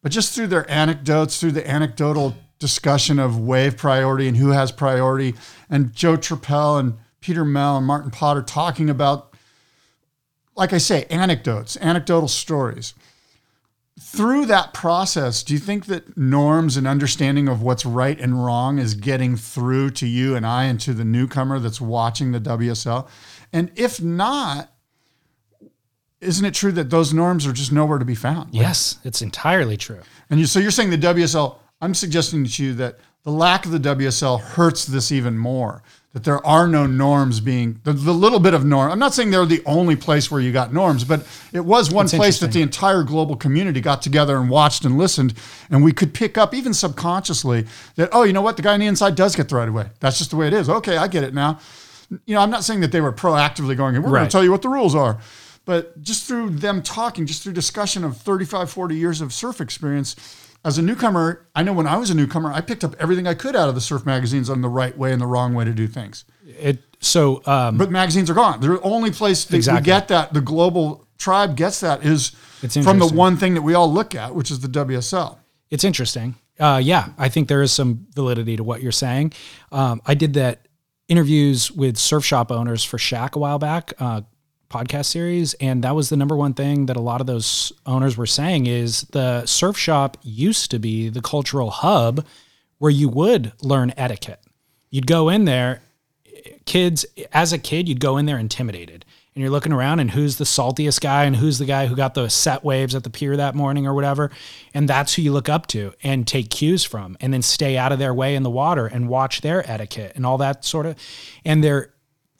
Speaker 6: but just through their anecdotes, through the anecdotal discussion of wave priority and who has priority, and Joe Trappell and Peter Mel and Martin Potter talking about like I say, anecdotes, anecdotal stories. Through that process, do you think that norms and understanding of what's right and wrong is getting through to you and I and to the newcomer that's watching the WSL? And if not, isn't it true that those norms are just nowhere to be found?
Speaker 7: Yes, it's entirely true.
Speaker 6: And you, so you're saying the WSL, I'm suggesting to you that the lack of the WSL hurts this even more, that there are no norms being, the, the little bit of norm. I'm not saying they're the only place where you got norms, but it was one
Speaker 7: That's
Speaker 6: place that the
Speaker 7: interesting.
Speaker 6: entire global community got together and watched and listened. And we could pick up, even subconsciously, that, oh, you know what? The guy on the inside does get the right of way. That's just the way it is. Okay, I get it now. You know, I'm not saying that they were proactively going, we're going
Speaker 7: Right.
Speaker 6: to tell you what the rules are. But just through them talking, just through discussion of 35, 40 years of surf experience, as a newcomer, I know when I was a newcomer, I picked up everything I could out of the surf magazines on the right way and the wrong way to do things.
Speaker 7: It so um,
Speaker 6: But magazines are gone. The only place that
Speaker 7: Exactly.
Speaker 6: we get that, the global tribe gets that, is
Speaker 7: It's
Speaker 6: from the
Speaker 7: interesting.
Speaker 6: one thing that we all look at, which is the WSL.
Speaker 7: it's interesting. Uh, yeah, I think there is some validity to what you're saying. Um, I did that interviews with surf shop owners for Shack a while back, uh, podcast series, and that was the number one thing that a lot of those owners were saying is the surf shop used to be the cultural hub where you would learn etiquette. You'd go in there kids as a kid you'd go in there intimidated and you're looking around and who's the saltiest guy and who's the guy who got the set waves at the pier that morning or whatever and that's who you look up to and take cues from and then stay out of their way in the water and watch their etiquette and all that sort of and there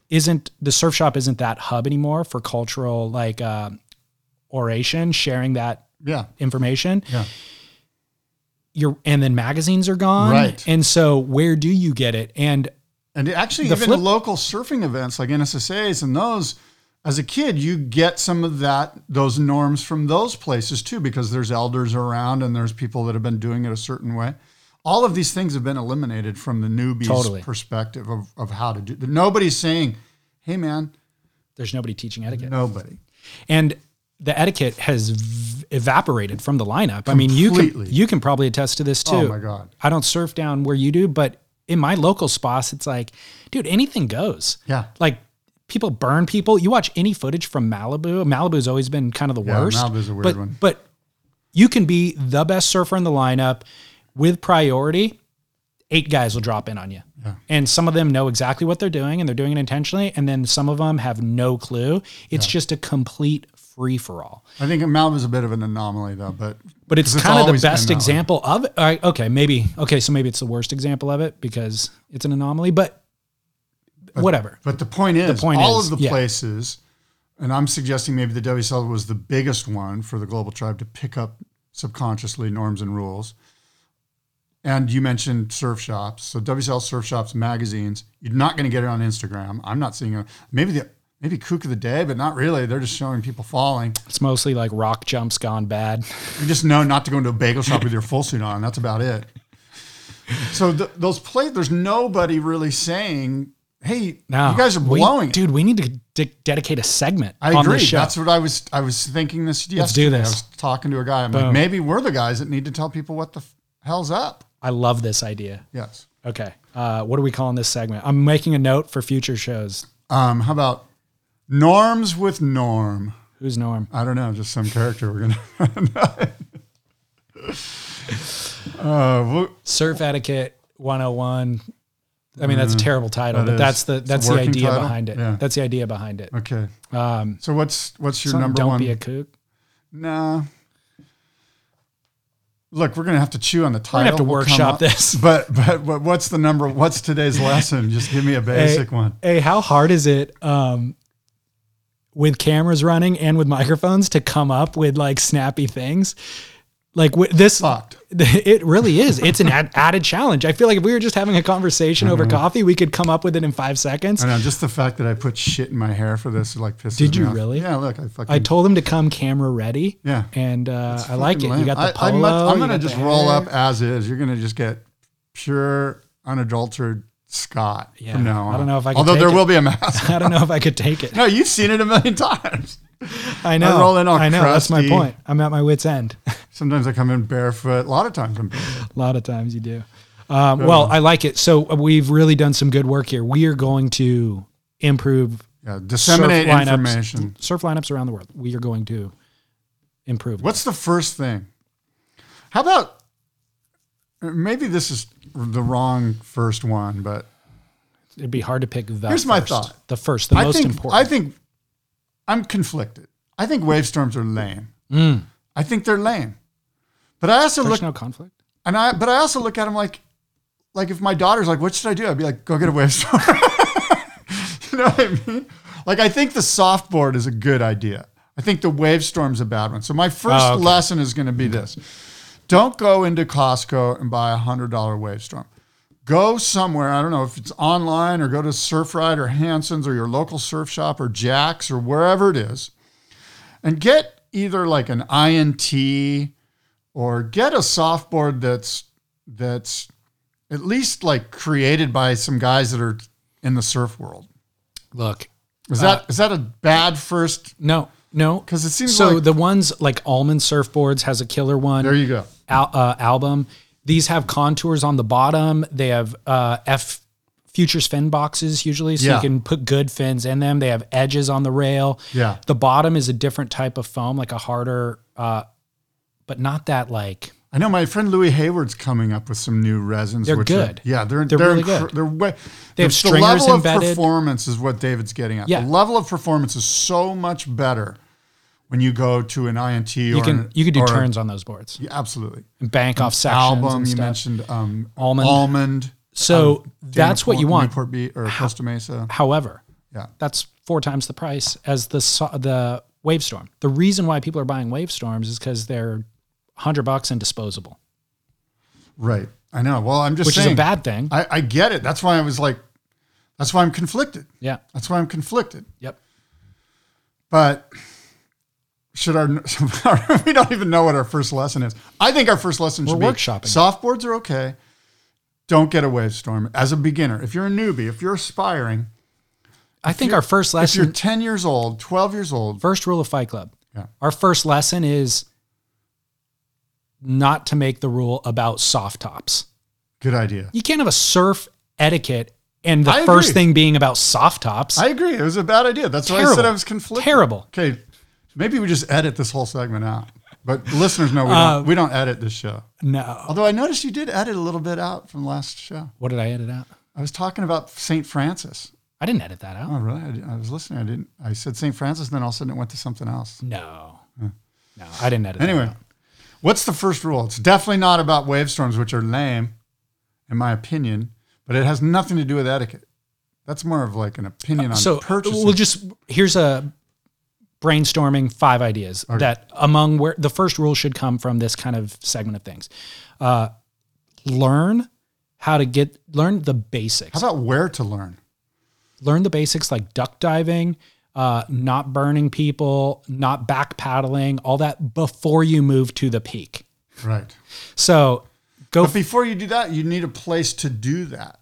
Speaker 7: isn't the surf shop isn't that hub anymore for cultural like uh, oration sharing that
Speaker 6: Yeah.
Speaker 7: information. Yeah. You're, and then magazines are gone.
Speaker 6: Right.
Speaker 7: And so where do you get it? And
Speaker 6: And actually,
Speaker 7: The
Speaker 6: even
Speaker 7: flip-
Speaker 6: local surfing events like NSSA's and those, as a kid, you get some of that, those norms from those places too, because there's elders around and there's people that have been doing it a certain way. All of these things have been eliminated from the newbie's
Speaker 7: Totally.
Speaker 6: perspective of, of how to do. Nobody's saying, "Hey, man,
Speaker 7: there's nobody teaching etiquette.
Speaker 6: nobody."
Speaker 7: and the etiquette has v- evaporated from the lineup. I mean, you can
Speaker 6: Completely.
Speaker 7: you can probably attest to this too.
Speaker 6: Oh my God.
Speaker 7: I don't surf down where you do, but in my local spots, it's like, dude, anything goes.
Speaker 6: Yeah.
Speaker 7: like people burn people. You watch any footage from Malibu? Malibu's always been kind of the
Speaker 6: Yeah,
Speaker 7: worst.
Speaker 6: Malibu's a weird
Speaker 7: but,
Speaker 6: one.
Speaker 7: But you can be the best surfer in the lineup with priority. Eight guys will drop in on you. And some of them know exactly what they're doing and they're doing it intentionally. And then some of them have no clue. It's just a complete free for all.
Speaker 6: I think Malibu's a bit of an anomaly though, but
Speaker 7: But it's
Speaker 6: 'cause
Speaker 7: kind of the
Speaker 6: always been
Speaker 7: best
Speaker 6: that way.
Speaker 7: example of it. All right, okay, maybe. Okay, so maybe it's the worst example of it because it's an anomaly, but whatever.
Speaker 6: But the point is,
Speaker 7: point
Speaker 6: all
Speaker 7: is,
Speaker 6: of the
Speaker 7: yeah.
Speaker 6: places, and I'm suggesting maybe the WSL was the biggest one for the global tribe to pick up subconsciously norms and rules. And you mentioned surf shops, so WSL surf shops, magazines. You're not going to get it on Instagram. I'm not seeing it. Maybe the maybe kook of the day, but not really. They're just showing people falling.
Speaker 7: It's mostly like rock jumps gone bad.
Speaker 6: You just know not to go into a bagel shop with your full suit on. That's about it. So th- those plates, there's nobody really saying, "Hey,
Speaker 7: No,
Speaker 6: you guys are
Speaker 7: we-
Speaker 6: blowing it."
Speaker 7: dude. We need to de- dedicate a segment
Speaker 6: I
Speaker 7: on
Speaker 6: agree.
Speaker 7: this show.
Speaker 6: That's what I was. I was thinking this yesterday.
Speaker 7: Let's do
Speaker 6: I
Speaker 7: this.
Speaker 6: was talking to a guy. I'm
Speaker 7: Boom.
Speaker 6: like, maybe we're the guys that need to tell people what the f- hell's up.
Speaker 7: I love this idea.
Speaker 6: Yes.
Speaker 7: Okay, uh, what are we calling this segment? I'm making a note for future shows.
Speaker 6: Um, how about norms with norm?
Speaker 7: Who's Norm?
Speaker 6: I don't know. Just some character we're gonna. (laughs) uh, we'll,
Speaker 7: Surf etiquette 101. I mean, that's a terrible title,
Speaker 6: Mm-hmm. that
Speaker 7: but
Speaker 6: is.
Speaker 7: that's the
Speaker 6: It's a
Speaker 7: that's the
Speaker 6: working
Speaker 7: idea
Speaker 6: title?
Speaker 7: behind it.
Speaker 6: Yeah.
Speaker 7: That's the idea behind it.
Speaker 6: okay. Um, so what's what's your
Speaker 7: Something,
Speaker 6: number
Speaker 7: don't
Speaker 6: one?
Speaker 7: be a kook.
Speaker 6: Nah. Look, we're gonna have to chew on the title.
Speaker 7: gonna have to
Speaker 6: We'll come
Speaker 7: workshop
Speaker 6: up-
Speaker 7: this.
Speaker 6: But, but but what's the number? What's today's lesson? Just give me a basic one.
Speaker 7: (laughs) Hey, how hard is it um, with cameras running and with microphones to come up with like snappy things? Like wi- this,
Speaker 6: Fucked.
Speaker 7: (laughs) it really is. It's an ad- (laughs) added challenge. I feel like if we were just having a conversation over
Speaker 6: Mm-hmm.
Speaker 7: coffee, we could come up with it in five seconds.
Speaker 6: I know. Just the fact that I put shit in my hair for this like pisses
Speaker 7: Did
Speaker 6: me
Speaker 7: you
Speaker 6: off.
Speaker 7: really?
Speaker 6: Yeah. Look, I fucking.
Speaker 7: I told him to come camera ready.
Speaker 6: Yeah.
Speaker 7: and uh, I like it.
Speaker 6: fucking
Speaker 7: You
Speaker 6: lame.
Speaker 7: got the
Speaker 6: I,
Speaker 7: polo.
Speaker 6: I'm, not- I'm
Speaker 7: you
Speaker 6: gonna
Speaker 7: got the
Speaker 6: just roll
Speaker 7: hair.
Speaker 6: up as is. You're gonna just get pure, unadulterated Scott
Speaker 7: Yeah.
Speaker 6: from now on.
Speaker 7: I don't know if I can
Speaker 6: Although
Speaker 7: take
Speaker 6: there
Speaker 7: it.
Speaker 6: will be a mask.
Speaker 7: (laughs)
Speaker 6: (laughs)
Speaker 7: I don't know if I could take it.
Speaker 6: no, you've seen it a million times.
Speaker 7: I know.
Speaker 6: roll in all
Speaker 7: I know. That's my
Speaker 6: crusty.
Speaker 7: point. I'm at my wit's end. (laughs)
Speaker 6: Sometimes I come in barefoot. A lot of times I'm barefoot.
Speaker 7: A lot of times you do. Um, well, I like it. So uh, we've really done some good work here. We are going to improve
Speaker 6: Yeah, disseminate
Speaker 7: surf lineups-
Speaker 6: information.
Speaker 7: Surf lineups around the world. We are going to improve.
Speaker 6: What's the first thing? How about maybe this is the wrong first one, but
Speaker 7: It'd be hard to pick the
Speaker 6: Here's
Speaker 7: first,
Speaker 6: my thought.
Speaker 7: The first, the
Speaker 6: I
Speaker 7: most
Speaker 6: think
Speaker 7: important.
Speaker 6: I think I'm conflicted. I think wave storms are lame. I think they're lame. But I also
Speaker 7: Mm. There's
Speaker 6: look
Speaker 7: no conflict.
Speaker 6: and I but I also look at them like like if my daughter's like, what should I do? I'd be like, go get a wave storm. (laughs) you know what I mean? Like I think the soft board is a good idea. I think the wave storm's a bad one. So my first
Speaker 7: Oh, okay.
Speaker 6: lesson is gonna be this. Don't go into Costco and buy a hundred dollar wave storm. Go somewhere, I don't know if it's online or go to Surfride or Hanson's or your local surf shop or Jack's or wherever it is, and get either like an INT or get a softboard that's that's at least like created by some guys that are in the surf world.
Speaker 7: Look,
Speaker 6: Is that is that a bad first?
Speaker 7: no, no,
Speaker 6: 'Cause it seems
Speaker 7: so.
Speaker 6: like-
Speaker 7: the ones like Almond Surfboards has a killer one.
Speaker 6: There you go.
Speaker 7: al- uh, album. These have contours on the bottom. They have uh, F futures fin boxes usually, so
Speaker 6: Yeah.
Speaker 7: you can put good fins in them. They have edges on the rail.
Speaker 6: Yeah.
Speaker 7: The bottom is a different type of foam, like a harder, uh, but not that like.
Speaker 6: I know my friend Louis Hayward's coming up with some new resins.
Speaker 7: They're
Speaker 6: which are-
Speaker 7: good.
Speaker 6: yeah, they're
Speaker 7: They're
Speaker 6: they're
Speaker 7: really
Speaker 6: incre-
Speaker 7: good.
Speaker 6: They're way,
Speaker 7: They have
Speaker 6: the-
Speaker 7: stringers
Speaker 6: The level
Speaker 7: embedded.
Speaker 6: of performance is what David's getting at.
Speaker 7: Yeah.
Speaker 6: The level of performance is so much better when you go to an INT.
Speaker 7: You
Speaker 6: or
Speaker 7: can
Speaker 6: an-
Speaker 7: you can do
Speaker 6: or-
Speaker 7: turns on those boards
Speaker 6: Yeah, absolutely.
Speaker 7: and bank off sections.
Speaker 6: Album
Speaker 7: and
Speaker 6: you
Speaker 7: stuff.
Speaker 6: mentioned um,
Speaker 7: Almond.
Speaker 6: Almond.
Speaker 7: So
Speaker 6: Dana
Speaker 7: that's what
Speaker 6: Point-
Speaker 7: you want.
Speaker 6: Um, Newport Beach or Costa Mesa.
Speaker 7: However,
Speaker 6: Yeah.
Speaker 7: that's four times the price as the so- the wave storm. The reason why people are buying wave storms is because they're hundred bucks and disposable,
Speaker 6: Right. I know. Well, I'm just
Speaker 7: which
Speaker 6: saying.
Speaker 7: is a bad thing.
Speaker 6: I, I get it. That's why I was like, that's why I'm conflicted.
Speaker 7: yeah.
Speaker 6: That's why I'm conflicted.
Speaker 7: Yep.
Speaker 6: But should our, (laughs) we don't even know what our first lesson is. I think our first lesson should
Speaker 7: We're
Speaker 6: be
Speaker 7: workshopping.
Speaker 6: softboards are okay. Don't get a wave storm as a beginner. If you're a newbie, if you're aspiring,
Speaker 7: I think our first
Speaker 6: if you're
Speaker 7: lesson,
Speaker 6: 10 years old, 12 years old,
Speaker 7: first rule of Fight Club.
Speaker 6: Yeah.
Speaker 7: Our first lesson is not to make the rule about soft tops.
Speaker 6: good idea.
Speaker 7: You can't have a surf etiquette and the
Speaker 6: I
Speaker 7: first
Speaker 6: agree.
Speaker 7: thing being about soft tops.
Speaker 6: I agree. It was a bad idea. That's why I said I was conflicted.
Speaker 7: Terrible.
Speaker 6: Okay, maybe we just edit this whole segment out. But listeners know we don't,
Speaker 7: Uh,
Speaker 6: we don't edit this show.
Speaker 7: No.
Speaker 6: Although I noticed you did edit a little bit out from last show.
Speaker 7: What did I edit out?
Speaker 6: I was talking about St. Francis.
Speaker 7: I didn't edit that out.
Speaker 6: Oh, really? I, di- I was listening. I didn't. I said St. Francis, and then all of a sudden it went to something else.
Speaker 7: No. No, I didn't edit that
Speaker 6: Uh. Anyway,
Speaker 7: out.
Speaker 6: what's the first rule? It's definitely not about wave storms, which are lame, in my opinion. But it has nothing to do with etiquette. That's more of like an opinion on
Speaker 7: Uh, so
Speaker 6: purchasing.
Speaker 7: we'll just here's a brainstorming five ideas that among where the first rule should come from this kind of segment of things uh, learn how to get learn the basics
Speaker 6: How about where to learn?
Speaker 7: learn the basics like duck diving uh, not burning people not back paddling all that before you move to the peak
Speaker 6: Right.
Speaker 7: so go
Speaker 6: But before you do that, you need a place to do that.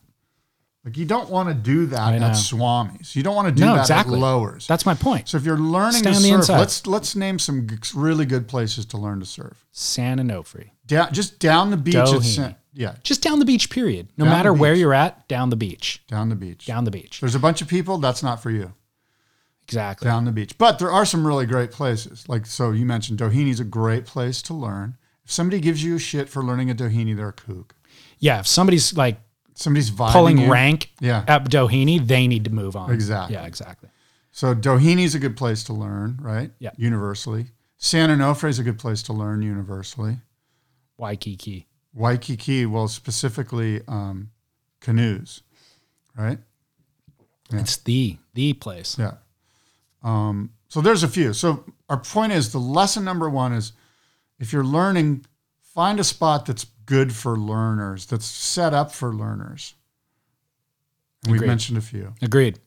Speaker 6: Like you don't want to do that
Speaker 7: know.
Speaker 6: at Swamis. You don't want to do
Speaker 7: no
Speaker 6: that
Speaker 7: exactly
Speaker 6: at lowers.
Speaker 7: that's my point
Speaker 6: so if you're learning
Speaker 7: Stay
Speaker 6: to
Speaker 7: on the
Speaker 6: surf,
Speaker 7: inside.
Speaker 6: let's let's name some g- really good places to learn to surf.
Speaker 7: san onofre
Speaker 6: Down, just down the beach.
Speaker 7: Doheny.
Speaker 6: At San, yeah,
Speaker 7: just down the beach period no
Speaker 6: Down the
Speaker 7: matter where
Speaker 6: beach.
Speaker 7: you're at down the beach
Speaker 6: down the beach.
Speaker 7: down the beach
Speaker 6: There's a bunch of people. That's not for you.
Speaker 7: exactly
Speaker 6: Down the beach, but there are some really great places. Like so, you mentioned Doheny's a great place to learn. If somebody gives you shit for learning a Doheny, they're a kook.
Speaker 7: yeah, if somebody's like
Speaker 6: Somebody's vibing
Speaker 7: pulling
Speaker 6: you.
Speaker 7: rank
Speaker 6: Yeah.
Speaker 7: at Doheny, they need to move on.
Speaker 6: Exactly.
Speaker 7: Yeah, exactly.
Speaker 6: So Doheny's a good place to learn, right?
Speaker 7: Yeah.
Speaker 6: Universally. San Onofre is a good place to learn universally.
Speaker 7: Waikiki.
Speaker 6: Waikiki, well, specifically um, canoes, right?
Speaker 7: It's the the place.
Speaker 6: Yeah. Um, so there's a few. So our point is the lesson number one is if you're learning, find a spot that's good for learners, that's set up for learners. And we've
Speaker 7: Agreed.
Speaker 6: mentioned a few.
Speaker 7: Agreed.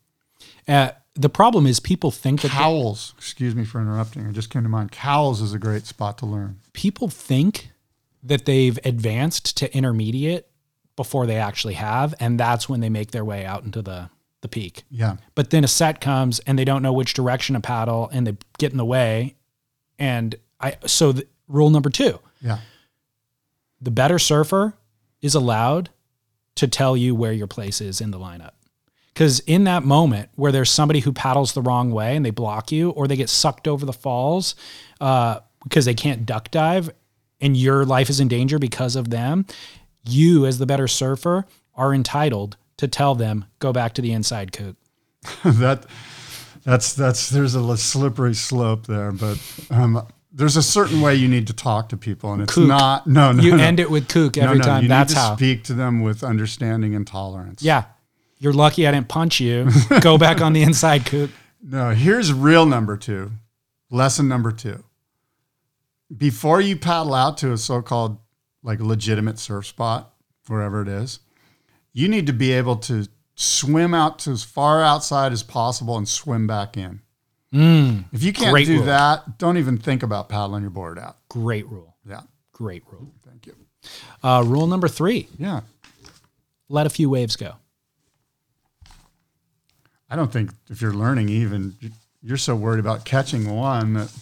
Speaker 7: Uh, the problem is people think that
Speaker 6: Cowles, excuse me for interrupting. It just came to mind. Cowles is a great spot to learn.
Speaker 7: people think that they've advanced to intermediate before they actually have, and that's when they make their way out into the the peak.
Speaker 6: Yeah.
Speaker 7: But then a set comes and they don't know which direction to paddle, and they get in the way. And I so the, rule number two:
Speaker 6: Yeah.
Speaker 7: the better surfer is allowed to tell you where your place is in the lineup. Because in that moment where there's somebody who paddles the wrong way and they block you, or they get sucked over the falls uh, because they can't duck dive, and your life is in danger because of them, you as the better surfer are entitled to tell them go back to the
Speaker 6: (laughs)
Speaker 7: inside coop.
Speaker 6: that that's that's there's a li- slippery slope there, but um, there's a certain way you need to talk to people, and it's
Speaker 7: Kook.
Speaker 6: not no no.
Speaker 7: You
Speaker 6: no.
Speaker 7: end it with kook every
Speaker 6: no, no,
Speaker 7: time.
Speaker 6: You
Speaker 7: That's
Speaker 6: need to
Speaker 7: how.
Speaker 6: speak to them with understanding and tolerance.
Speaker 7: Yeah. You're lucky I didn't
Speaker 6: (laughs)
Speaker 7: punch you. Go back on the inside coop.
Speaker 6: No, here's real number two, lesson number two. Before you paddle out to a so-called like legitimate surf spot, wherever it is, you need to be able to swim out to as far outside as possible and swim back in. if you can't
Speaker 7: Mm, great
Speaker 6: do
Speaker 7: rule.
Speaker 6: that, don't even think about paddling your board out.
Speaker 7: Great rule.
Speaker 6: Yeah,
Speaker 7: Great rule.
Speaker 6: thank you.
Speaker 7: Uh, rule number three
Speaker 6: Yeah,
Speaker 7: let a few waves go.
Speaker 6: I don't think if you're learning, even you're so worried about catching one that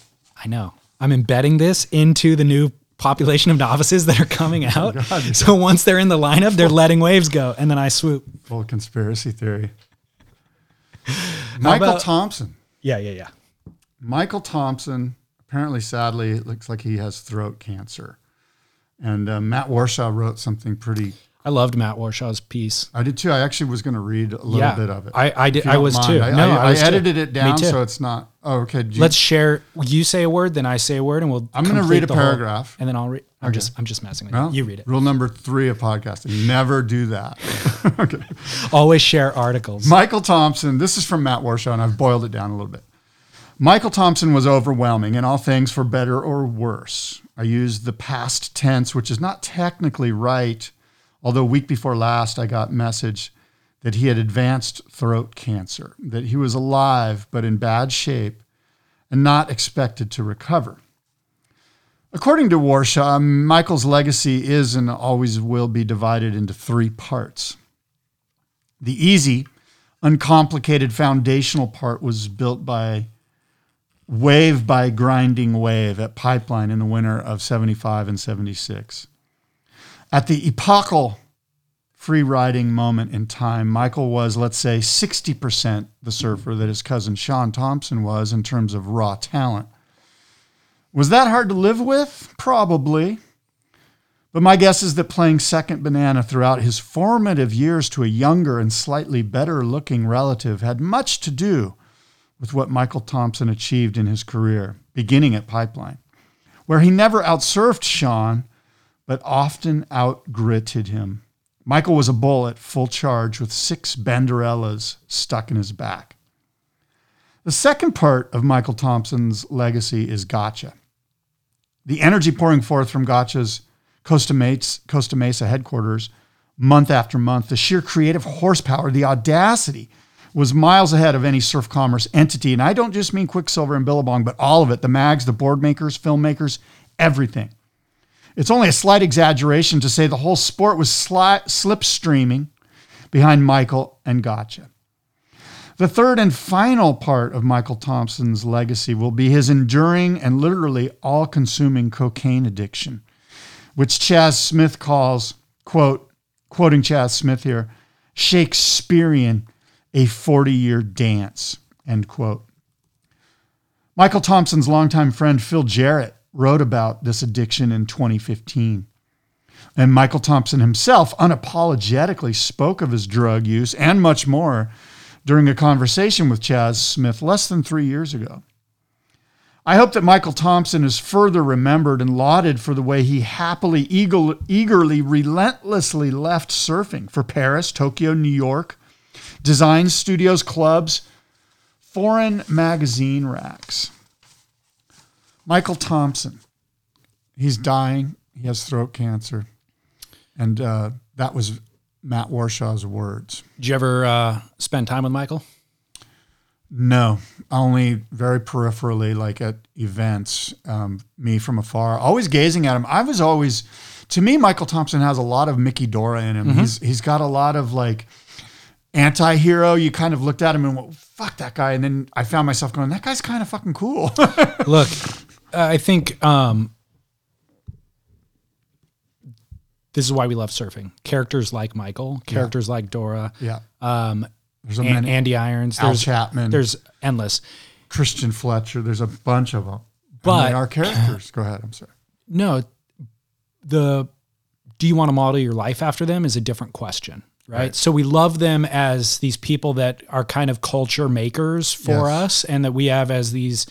Speaker 7: I know. I'm embedding this into the new population of novices that are
Speaker 6: Oh
Speaker 7: coming out. (laughs) so once they're in the lineup, they're letting waves go. And then I swoop.
Speaker 6: full conspiracy theory. Michael
Speaker 7: about-
Speaker 6: Thompson.
Speaker 7: Yeah, yeah, yeah.
Speaker 6: Michael Thompson, apparently, sadly, it looks like he has throat cancer. And uh, Matt Warshaw wrote something pretty.
Speaker 7: I loved Matt Warshaw's piece.
Speaker 6: I did too. I actually was going to read a little
Speaker 7: Yeah.
Speaker 6: bit of it.
Speaker 7: I- I did-
Speaker 6: If you
Speaker 7: I
Speaker 6: don't
Speaker 7: was too.
Speaker 6: I,
Speaker 7: No,
Speaker 6: I,
Speaker 7: I
Speaker 6: I
Speaker 7: was too.
Speaker 6: edited it
Speaker 7: Me
Speaker 6: down
Speaker 7: too.
Speaker 6: so it's not. Oh, okay. do you-
Speaker 7: Let's share. You say a word, then I say a word, and we'll.
Speaker 6: I'm gonna
Speaker 7: complete
Speaker 6: read a
Speaker 7: the whole-
Speaker 6: paragraph.
Speaker 7: and then I'll read. I'm just. I'm just messing with
Speaker 6: no?
Speaker 7: you. You read it.
Speaker 6: Rule number three of podcasting never do that. okay.
Speaker 7: Always share articles.
Speaker 6: Michael Thompson, this is from Matt Warshaw, and I've boiled it down a little bit. Michael Thompson was overwhelming in all things for better or worse. I used the past tense, which is not technically right, although week before last I got message that he had advanced throat cancer, that he was alive but in bad shape and not expected to recover. According to Warshaw, Michael's legacy is and always will be divided into three parts. The easy, uncomplicated foundational part was built by wave by grinding wave at Pipeline in the winter of 75 and 76. At the epochal free riding moment in time, Michael was, let's say, 60% the surfer that his cousin Sean Thompson was in terms of raw talent. Was that hard to live with? Probably. But my guess is that playing second banana throughout his formative years to a younger and slightly better looking relative had much to do with what Michael Thompson achieved in his career, beginning at Pipeline, where he never outsurfed Sean, but often outgritted him. Michael was a bull at full charge with six banderellas stuck in his back. The second part of Michael Thompson's legacy is gotcha. The energy pouring forth from Gotcha's Costa Mesa, Costa Mesa headquarters month after month, the sheer creative horsepower, the audacity was miles ahead of any surf commerce entity. And I don't just mean Quicksilver and Billabong, but all of it the mags, the board makers, filmmakers, everything. It's only a slight exaggeration to say the whole sport was sli- slipstreaming behind Michael and Gotcha. The third and final part of Michael Thompson's legacy will be his enduring and literally all consuming cocaine addiction, which Chaz Smith calls, quote, quoting Chaz Smith here, Shakespearean, a 40 year dance, end quote. Michael Thompson's longtime friend Phil Jarrett wrote about this addiction in 2015. And Michael Thompson himself unapologetically spoke of his drug use and much more during a conversation with Chaz Smith less than three years ago. I hope that Michael Thompson is further remembered and lauded for the way he happily, eagle- eagerly, relentlessly left surfing for Paris, Tokyo, New York, design studios, clubs, foreign magazine racks. Michael Thompson, he's dying. He has throat cancer. And uh, that was Matt Warshaw's words.
Speaker 7: Did you ever uh, spend time with Michael?
Speaker 6: No, only very peripherally, like at events, um, me from afar, always gazing at him. I was always, to me, Michael Thompson has a lot of Mickey Dora in him. He's he's got a lot of like anti-hero. You kind of looked at him and went, "Fuck that guy," and then I found myself going, "That guy's kind of fucking cool." (laughs)
Speaker 7: Look, I think um, this is why we love surfing. Characters like Michael, characters like Dora,
Speaker 6: yeah, There's a
Speaker 7: An-
Speaker 6: many.
Speaker 7: Andy Irons,
Speaker 6: Al
Speaker 7: there's
Speaker 6: Chapman.
Speaker 7: there's endless.
Speaker 6: Christian Fletcher. There's a bunch of them.
Speaker 7: But-
Speaker 6: and they are characters. Go ahead. I'm sorry.
Speaker 7: No, the do you want to model your life after them is a different question, right? So we love them as these people that are kind of culture makers
Speaker 6: Yes.
Speaker 7: for us, and that we have as these.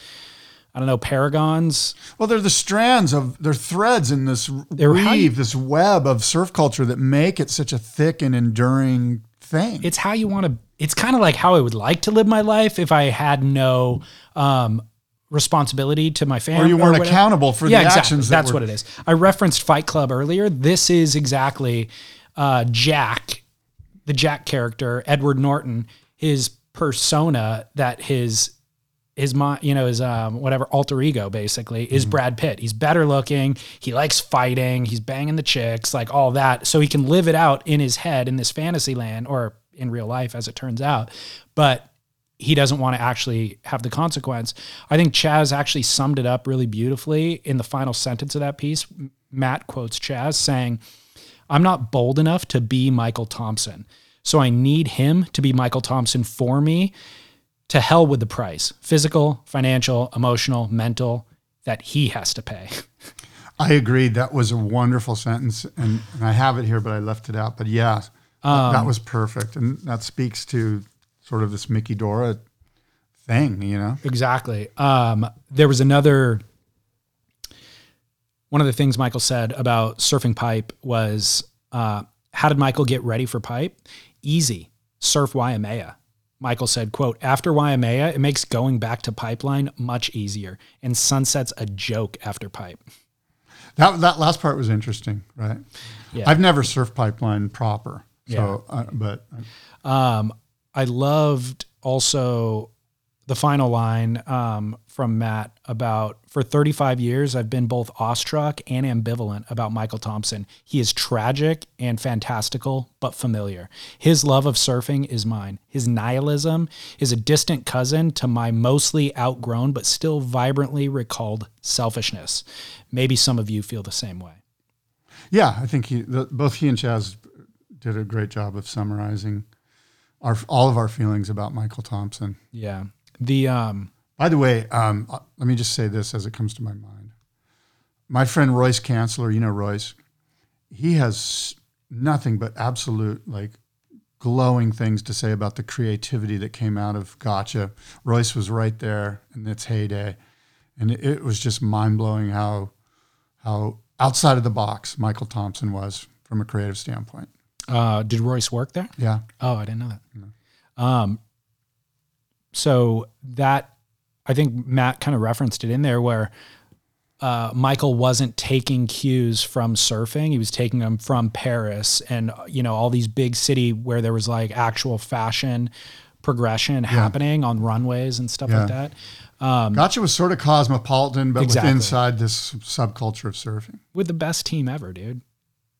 Speaker 7: I don't know, paragons.
Speaker 6: Well, they're the strands of they're threads in this
Speaker 7: They're
Speaker 6: weave,
Speaker 7: how you-
Speaker 6: this web of surf culture that make it such a thick and enduring thing.
Speaker 7: It's how you want to, it's kind of like how I would like to live my life if I had no um, responsibility to my family.
Speaker 6: or you weren't
Speaker 7: whatever.
Speaker 6: accountable for the
Speaker 7: exactly.
Speaker 6: actions. That
Speaker 7: That's
Speaker 6: were-
Speaker 7: what it is. I referenced Fight Club earlier. This is exactly uh, Jack, the Jack character, Edward Norton, his persona that his his mo- you know his um whatever alter ego basically is
Speaker 6: Mm-hmm.
Speaker 7: Brad Pitt. He's better looking. He likes fighting. He's banging the chicks, like all that. So he can live it out in his head in this fantasy land or in real life, as it turns out. But he doesn't want to actually have the consequence. I think Chaz actually summed it up really beautifully in the final sentence of that piece. M- Matt quotes Chaz saying, I'm not bold enough to be Michael Thompson. So I need him to be Michael Thompson for me. To hell with the price physical, financial, emotional, mental that he has to pay. (laughs)
Speaker 6: I agreed. That was a wonderful sentence, and, and I have it here, but I left it out. But yeah,
Speaker 7: Um,
Speaker 6: that was perfect, and that speaks to sort of this Mickey Dora thing, you know.
Speaker 7: Exactly. Um, there was another one of the things Michael said about surfing pipe was uh, how did Michael get ready for pipe? Easy. Surf Waimea. Michael said, quote, after Waimea, it makes going back to pipeline much easier. And sunset's a joke after pipe.
Speaker 6: That that last part was interesting, right?
Speaker 7: Yeah.
Speaker 6: I've never surfed pipeline proper, so uh, but
Speaker 7: Um, I loved also the final line um, from Matt about for 35 years, I've been both awestruck and ambivalent about Michael Thompson. He is tragic and fantastical, but familiar. His love of surfing is mine. His nihilism is a distant cousin to my mostly outgrown, but still vibrantly recalled selfishness. Maybe some of you feel the same way.
Speaker 6: yeah, I think he the, both he and Chaz did a great job of summarizing our all of our feelings about Michael Thompson.
Speaker 7: Yeah. The, um,
Speaker 6: By the way, um, uh, let me just say this as it comes to my mind. My friend Royce Chancellor, you know Royce, he has nothing but absolute like glowing things to say about the creativity that came out of Gotcha. Royce was right there in its heyday, and it, it was just mind blowing how how outside of the box Michael Thompson was from a creative standpoint.
Speaker 7: uh, did Royce work there?
Speaker 6: Yeah,
Speaker 7: Oh, I didn't know that. Um, so that I think Matt kind of referenced it in there where uh, Michael wasn't taking cues from surfing; he was taking them from Paris and uh, you know all these big city where there was like actual fashion progression happening on runways and stuff like
Speaker 6: Yeah.
Speaker 7: that.
Speaker 6: Gotcha was sort of cosmopolitan, but
Speaker 7: Exactly.
Speaker 6: with inside this subculture of surfing.
Speaker 7: With the best team ever, dude.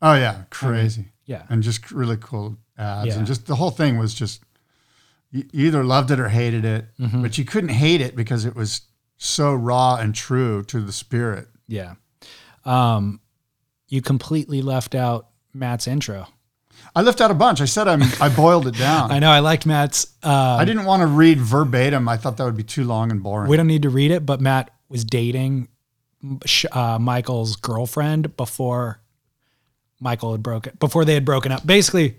Speaker 6: Oh yeah, crazy.
Speaker 7: Um, yeah.
Speaker 6: and just really cool ads,
Speaker 7: Yeah.
Speaker 6: and just the whole thing was just you you either loved it or hated it,
Speaker 7: Mm-hmm.
Speaker 6: but you couldn't hate it because it was so raw and true to the spirit.
Speaker 7: Yeah. Um, you completely left out Matt's intro.
Speaker 6: I left out a bunch. I said I'm, I boiled it down.
Speaker 7: (laughs) I
Speaker 6: I,
Speaker 7: know I liked Matt's. Uh,
Speaker 6: didn't want to read verbatim. I thought that would be too long and boring.
Speaker 7: We don't need to read it, but Matt was dating sh- uh, Michael's girlfriend before Michael had broken before they had broken up. Basically,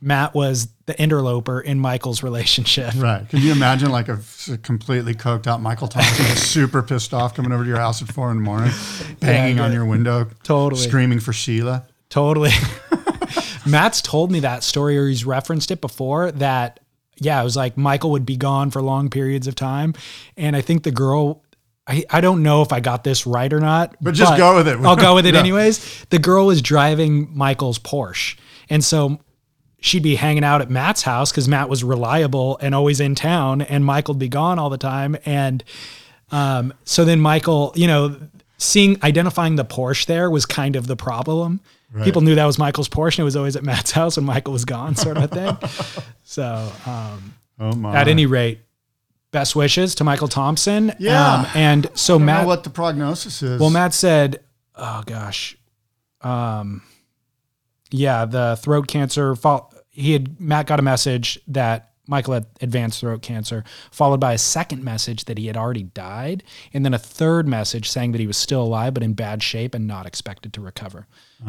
Speaker 7: Matt was the interloper in Michael's (laughs) relationship.
Speaker 6: Right. Can you imagine like a s- completely coked out Michael Thompson just super pissed off coming over to your house at four in the
Speaker 7: (laughs)
Speaker 6: morning, banging on your window,
Speaker 7: Totally.
Speaker 6: screaming for Sheila?
Speaker 7: Totally. (laughs) Matt's told me that story, or he's referenced it before. That yeah, it was like Michael would be gone for long periods of time, and I think the girl. I, I don't know if I got this right or not.
Speaker 6: But just go with it.
Speaker 7: I'll go with
Speaker 6: (laughs)
Speaker 7: it
Speaker 6: Yeah.
Speaker 7: anyways. The girl was driving Michael's Porsche. And so she'd be hanging out at Matt's house because Matt was reliable and always in town, and Michael'd be gone all the time. And um, so then Michael, you know, seeing identifying the Porsche there was kind of the problem. People knew that was Michael's Porsche, and it was always at Matt's house when Michael was gone, sort of thing. (laughs) so, um,
Speaker 6: Oh my.
Speaker 7: at any rate, best wishes to Michael Thompson. Um,
Speaker 6: Yeah.
Speaker 7: and so
Speaker 6: I don't
Speaker 7: Matt,
Speaker 6: know what the prognosis is.
Speaker 7: well, Matt said, "Oh gosh, um, yeah, the throat cancer. Fall, he had Matt got a message that Michael had advanced throat cancer, followed by a second message that he had already died, and then a third message saying that he was still alive but in bad shape and not expected to recover.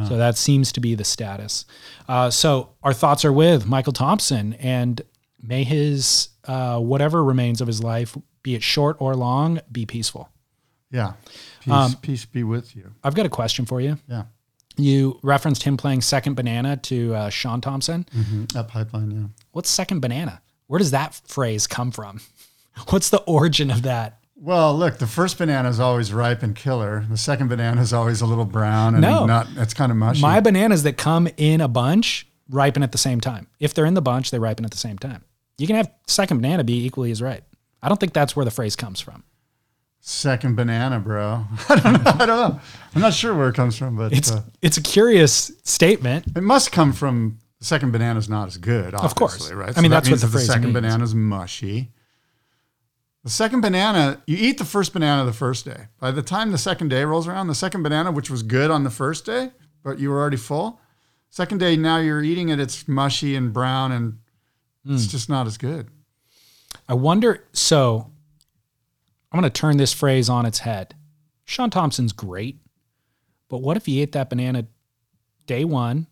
Speaker 7: So that seems to be the status. Uh, so our thoughts are with Michael Thompson, and may his uh, whatever remains of his life, be it short or long, be peaceful.
Speaker 6: Yeah. Peace,
Speaker 7: Um,
Speaker 6: peace be with you.
Speaker 7: I've got a question for you.
Speaker 6: Yeah.
Speaker 7: You referenced him playing second banana to uh, Sean Thompson.
Speaker 6: That pipeline, yeah.
Speaker 7: What's second banana? Where does that phrase come from? (laughs) What's the origin of that?
Speaker 6: Well, look, the first banana is always ripe and killer. The second banana is always a little brown and
Speaker 7: No.
Speaker 6: not. It's kind of mushy.
Speaker 7: My bananas that come in a bunch ripen at the same time. If they're in the bunch, they ripen at the same time. You can have second banana be equally as ripe. I don't think that's where the phrase comes from.
Speaker 6: second banana, bro. (laughs) I don't know. I don't know. I'm not sure where it comes from, but
Speaker 7: It's
Speaker 6: uh,
Speaker 7: it's a curious statement.
Speaker 6: it must come from. The second banana is not as good, obviously,
Speaker 7: course.
Speaker 6: right?
Speaker 7: I mean,
Speaker 6: that
Speaker 7: that's what
Speaker 6: means
Speaker 7: the
Speaker 6: that
Speaker 7: phrase
Speaker 6: second
Speaker 7: means.
Speaker 6: banana is mushy. The second banana, you eat the first banana the first day. By the time the second day rolls around, the second banana, which was good on the first day, but you were already full. Second day, now you're eating it. It's mushy and brown, and
Speaker 7: Hmm.
Speaker 6: it's just not as good.
Speaker 7: I wonder. So I'm going to turn this phrase on its head. Sean Thompson's great, but what if he ate that banana day one?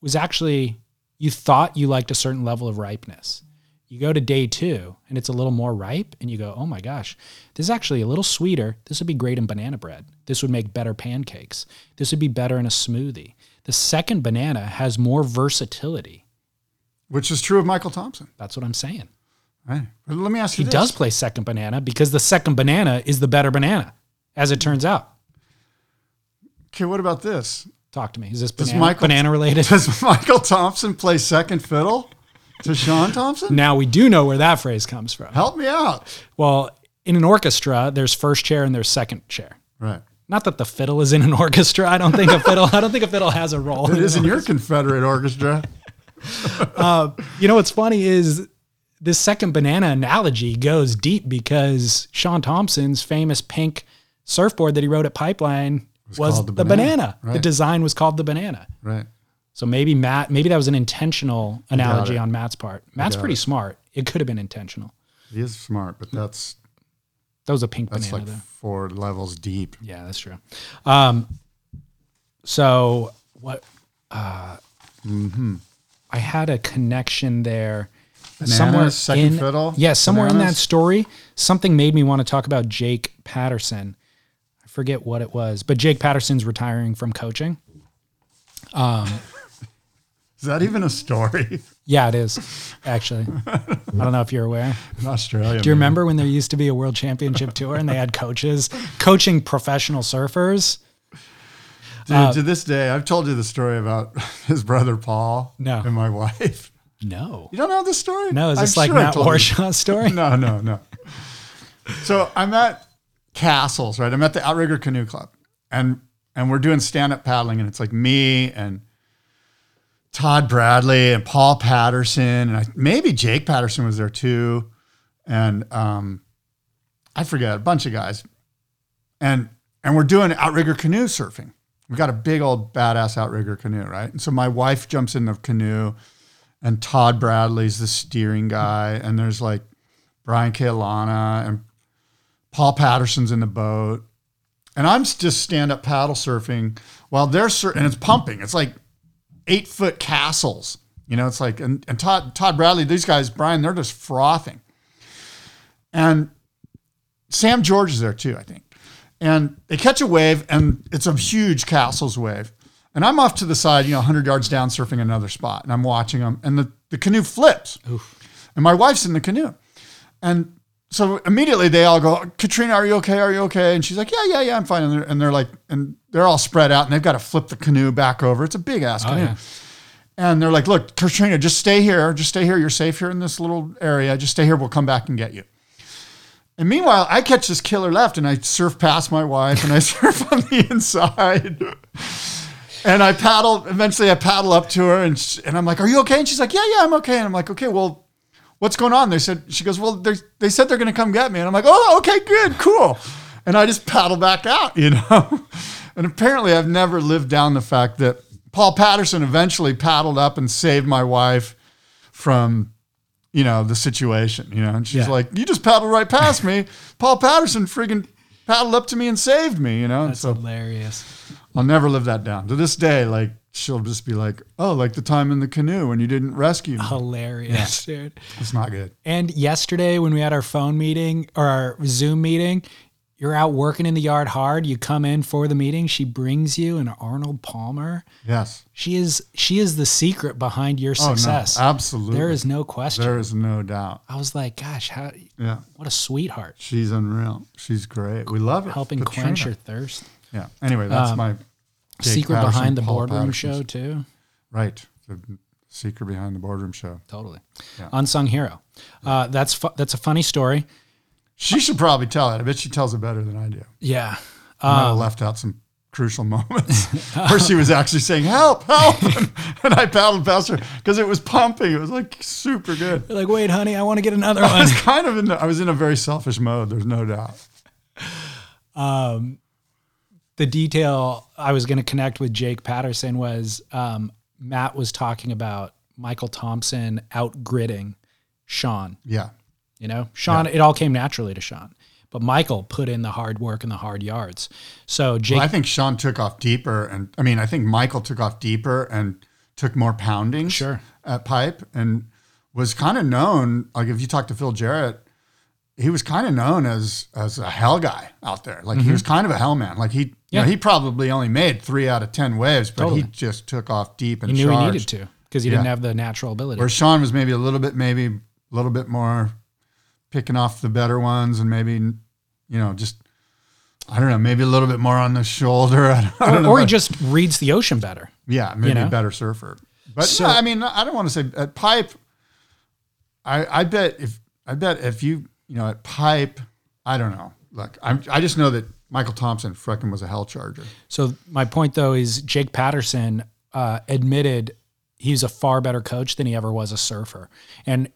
Speaker 7: Was actually, you thought you liked a certain level of ripeness. You go to day two and it's a little more ripe, and you go, oh my gosh, this is actually a little sweeter. This would be great in banana bread. This would make better pancakes. This would be better in a smoothie. The second banana has more versatility.
Speaker 6: Which is true of Michael Thompson.
Speaker 7: That's what I'm saying.
Speaker 6: Right. But let me ask you
Speaker 7: He
Speaker 6: this.
Speaker 7: does play second banana because the second banana is the better banana, as it turns out.
Speaker 6: Okay, what about this? (laughs)
Speaker 7: Talk to me. Is this
Speaker 6: Does
Speaker 7: banana,
Speaker 6: Michael-
Speaker 7: banana related?
Speaker 6: Does Michael Thompson play second fiddle to Sean
Speaker 7: (laughs)
Speaker 6: Thompson?
Speaker 7: (laughs) now we do know where that phrase comes from.
Speaker 6: Help me out.
Speaker 7: Well, in an orchestra, there's first chair and there's second chair.
Speaker 6: Right.
Speaker 7: Not that the fiddle is in an (laughs) orchestra. I don't think a fiddle. I don't think a fiddle has a role.
Speaker 6: It is in your Confederate orchestra.
Speaker 7: You know what's funny is this second banana analogy goes deep because Sean Thompson's famous pink surfboard that he rode at Pipeline was,
Speaker 6: called
Speaker 7: the
Speaker 6: the banana.
Speaker 7: banana. The
Speaker 6: Right.
Speaker 7: design was called the banana.
Speaker 6: Right.
Speaker 7: So maybe Matt, maybe that was an intentional analogy
Speaker 6: it.
Speaker 7: on Matt's part. Matt's
Speaker 6: got
Speaker 7: pretty
Speaker 6: it.
Speaker 7: smart. It could have been intentional.
Speaker 6: He is smart, but that's
Speaker 7: That was a pink
Speaker 6: that's
Speaker 7: banana,
Speaker 6: like
Speaker 7: though.
Speaker 6: four levels deep.
Speaker 7: Yeah, that's true. Um, so what? Uh, mm-hmm. I had a connection there.
Speaker 6: Bananas, second
Speaker 7: in,
Speaker 6: fiddle,
Speaker 7: Yeah, somewhere in that
Speaker 6: bananas.
Speaker 7: story, something made me want to talk about Jake Patterson. I forget what it was, but Jake Patterson's retiring from coaching.
Speaker 6: Is that even a story? (laughs)
Speaker 7: Yeah, it is actually. I don't know if you're aware.
Speaker 6: In Australia.
Speaker 7: Do you remember when there used to be a world championship tour and they had coaches coaching professional surfers?
Speaker 6: Dude,
Speaker 7: Uh,
Speaker 6: to this day, I've told you the story about (laughs) his brother Paul
Speaker 7: No.
Speaker 6: and my wife.
Speaker 7: No.
Speaker 6: You don't know this story?
Speaker 7: No, is
Speaker 6: I'm
Speaker 7: this like
Speaker 6: sure I
Speaker 7: Matt
Speaker 6: told you.
Speaker 7: Warshaw's story?
Speaker 6: (laughs) No, no, no. So I'm at Castles, right? I'm at the Outrigger Canoe Club, and and we're doing stand up paddling, and it's like me and Todd Bradley and Paul Patterson, and I, maybe Jake Patterson was there too, and um, I forget a bunch of guys, and and we're doing outrigger canoe surfing. We got a big old badass outrigger canoe, right? And so my wife jumps in the canoe, and Todd Bradley's the steering guy, and there's like Brian Kailana and Paul Patterson's in the boat. And I'm s- just stand up paddle surfing while they're sur- and it's pumping. It's like eight foot castles. You know, it's like and, and Todd Todd Bradley, these guys, Brian, they're just frothing. And Sam George is there too, I think. And they catch a wave, and it's a huge castles wave. And I'm off to the side, you know, 100 yards down, surfing another spot, and I'm watching them. And the, the canoe flips, and my wife's in the canoe. And so immediately they all go, Katrina, are you okay? Are you okay? And she's like, Yeah, yeah, yeah, I'm fine. And they're, and they're like, and they're all spread out, and they've got to flip the canoe back over. It's a big ass canoe.
Speaker 7: yeah.
Speaker 6: And they're like, Look, Katrina, just stay here. Just stay here. You're safe here in this little area. Just stay here. We'll come back and get you. And meanwhile, I catch this killer left and I surf past my wife and I (laughs) surf on the inside. And I paddle, eventually I paddle up to her and, sh and I'm like, Are you okay? And she's like, Yeah, yeah, I'm okay. And I'm like, Okay, well, what's going on? They said, She goes, Well, they're- they said they're going to come get me. And I'm like, Oh, okay, good, cool. And I just paddle back out, (laughs) you know? And apparently I've never lived down the fact that Paul Patterson eventually paddled up and saved my wife from you know, the situation, you know, and she's
Speaker 7: Yeah.
Speaker 6: like, you just paddled right past me. Paul Patterson friggin' paddled up to me and saved me, you know? And
Speaker 7: That's
Speaker 6: so
Speaker 7: hilarious.
Speaker 6: I'll never live that down. To this day, like, she'll just be like, oh, like the time in the canoe when you didn't rescue
Speaker 7: Oh.
Speaker 6: me.
Speaker 7: Hilarious, dude.
Speaker 6: It's not good.
Speaker 7: And yesterday, when we had our phone meeting or our Zoom meeting, you're out working in the yard hard. You come in for the meeting. She brings you an Arnold Palmer.
Speaker 6: Yes.
Speaker 7: She is she is the secret behind your
Speaker 6: Oh, no.
Speaker 7: success.
Speaker 6: Absolutely.
Speaker 7: There is no question.
Speaker 6: There is no doubt.
Speaker 7: I was like, gosh, how
Speaker 6: Yeah.
Speaker 7: what a sweetheart
Speaker 6: She's unreal. She's great. We love it.
Speaker 7: helping
Speaker 6: Katrina.
Speaker 7: quench your thirst.
Speaker 6: Yeah. Anyway, that's
Speaker 7: Um,
Speaker 6: my Jake
Speaker 7: secret
Speaker 6: Patterson,
Speaker 7: behind the
Speaker 6: Paul
Speaker 7: boardroom
Speaker 6: Patterson's-
Speaker 7: show too.
Speaker 6: Right. The secret behind the boardroom show.
Speaker 7: Totally, unsung hero. Uh, that's fu- that's a funny story.
Speaker 6: She should probably tell it. I bet she tells it better than I do.
Speaker 7: Yeah,
Speaker 6: I might have left out some crucial (laughs) moments where she was actually saying, help, help. (laughs) And, and I paddled past her because it was pumping. It was like super good.
Speaker 7: like wait, honey, I want to get (laughs) another
Speaker 6: I
Speaker 7: one.
Speaker 6: was kind of in, the, I was in a very selfish mode. There's no doubt.
Speaker 7: the detail I was going to connect with Jake Patterson was um, Matt was talking about Michael Thompson outgridding Sean.
Speaker 6: Yeah.
Speaker 7: You know, Sean, it all came naturally to Sean, but Michael put in the hard work and the hard yards. So Jake,
Speaker 6: Well, I think Sean took off deeper, and I mean, I think Michael took off deeper and took more pounding.
Speaker 7: Sure.
Speaker 6: at pipe and was kind of known. Like if you talk to Phil Jarrett, he was kind of known as as a hell guy out there. Like he was kind of a hell man. Like he, you know,
Speaker 7: Mm-hmm. Yeah.
Speaker 6: he probably only made three out of ten waves, but
Speaker 7: Totally.
Speaker 6: he just took off deep and
Speaker 7: he knew he
Speaker 6: charged.
Speaker 7: needed to because he didn't have the natural ability.
Speaker 6: Where Sean was maybe a little bit, maybe a little bit more picking off the better ones, and maybe you know just. I don't know, maybe a little bit more on the shoulder. (laughs) I don't, I don't
Speaker 7: or,
Speaker 6: know
Speaker 7: or he
Speaker 6: about-
Speaker 7: just reads the ocean better.
Speaker 6: yeah, maybe
Speaker 7: know?
Speaker 6: a better surfer. But
Speaker 7: So-
Speaker 6: yeah, I mean, I don't want to say at pipe. I I bet if I bet if you you know at pipe, I don't know. Look, I'm I just know that Michael Thompson frickin' was a hell charger.
Speaker 7: So my point though is Jake Patterson uh, admitted he's a far better coach than he ever was a surfer, and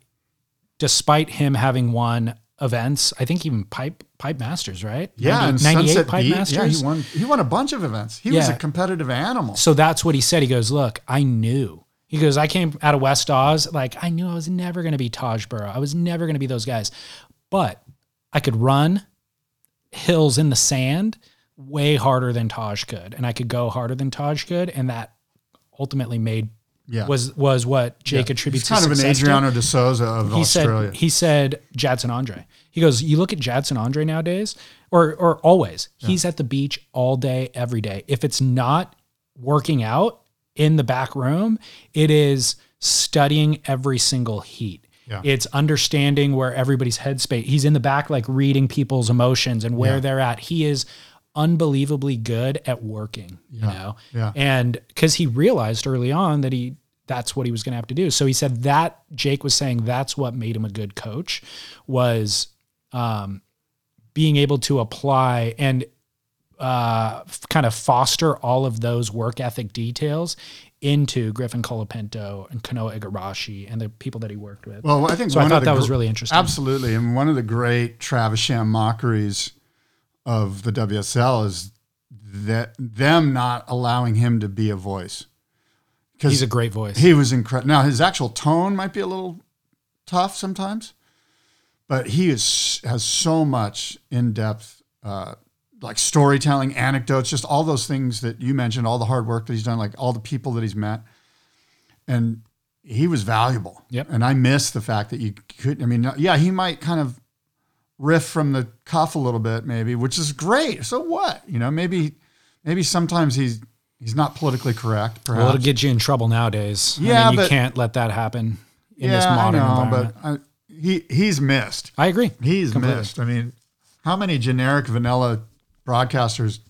Speaker 7: despite him having won events, I think even pipe pipe masters, right?
Speaker 6: Yeah,
Speaker 7: 90
Speaker 6: and
Speaker 7: 98
Speaker 6: Sunset
Speaker 7: pipe
Speaker 6: Beach. Yeah,
Speaker 7: masters.
Speaker 6: he won. He won a bunch of events. He was
Speaker 7: Yeah.
Speaker 6: a competitive animal.
Speaker 7: So that's what he said. He goes, "Look, I knew." He goes, "I came out of West Oz. Like I knew I was never going to be Taj Burrow. I was never going to be those guys, but I could run hills in the sand way harder than Taj could, and I could go harder than Taj could, and that ultimately made
Speaker 6: yeah,
Speaker 7: was was what
Speaker 6: Yeah.
Speaker 7: Jake attributes
Speaker 6: He's kind
Speaker 7: his
Speaker 6: of an
Speaker 7: success to.
Speaker 6: Adriano de Souza of
Speaker 7: He
Speaker 6: Australia.
Speaker 7: said he said Jadson Andre. He goes, you look at Jadson Andre nowadays, or or always. He's at the beach all day, every day. If it's not working out in the back room, it is studying every single heat.
Speaker 6: Yeah.
Speaker 7: It's understanding where everybody's headspace. He's in the back, like reading people's emotions and where
Speaker 6: Yeah.
Speaker 7: they're at. He is unbelievably good at working. You know,
Speaker 6: Yeah.
Speaker 7: and because he realized early on that he that's what he was going to have to do. So he said that Jake was saying that's what made him a good coach was um, being able to apply and uh, f- kind of foster all of those work ethic details into Griffin Colapinto and Kanoa Igarashi and the people that he worked with.
Speaker 6: Well, I think
Speaker 7: so I
Speaker 6: one
Speaker 7: thought
Speaker 6: of the
Speaker 7: that was
Speaker 6: gr-
Speaker 7: really interesting.
Speaker 6: Absolutely, and one of the great Travis Sham mockeries of the WSL is that them not allowing him to be a voice because
Speaker 7: He's a great voice.
Speaker 6: he was incredible. Now his actual tone might be a little tough sometimes, but he is has so much in depth, uh, like storytelling, anecdotes, just all those things that you mentioned, all the hard work that he's done, like all the people that he's met, and he was valuable.
Speaker 7: Yep.
Speaker 6: And I miss the fact that you could. I mean, yeah, he might kind of riff from the cuff a little bit, maybe, which is great. So what? You know, maybe, maybe sometimes he's. He's not politically correct, perhaps.
Speaker 7: well, it'll get you in trouble nowadays.
Speaker 6: Yeah,
Speaker 7: I mean, you
Speaker 6: but-
Speaker 7: can't let that happen in this modern environment.
Speaker 6: But I, he he's missed.
Speaker 7: I agree.
Speaker 6: He's
Speaker 7: Completely.
Speaker 6: missed. I mean, how many generic vanilla broadcasters?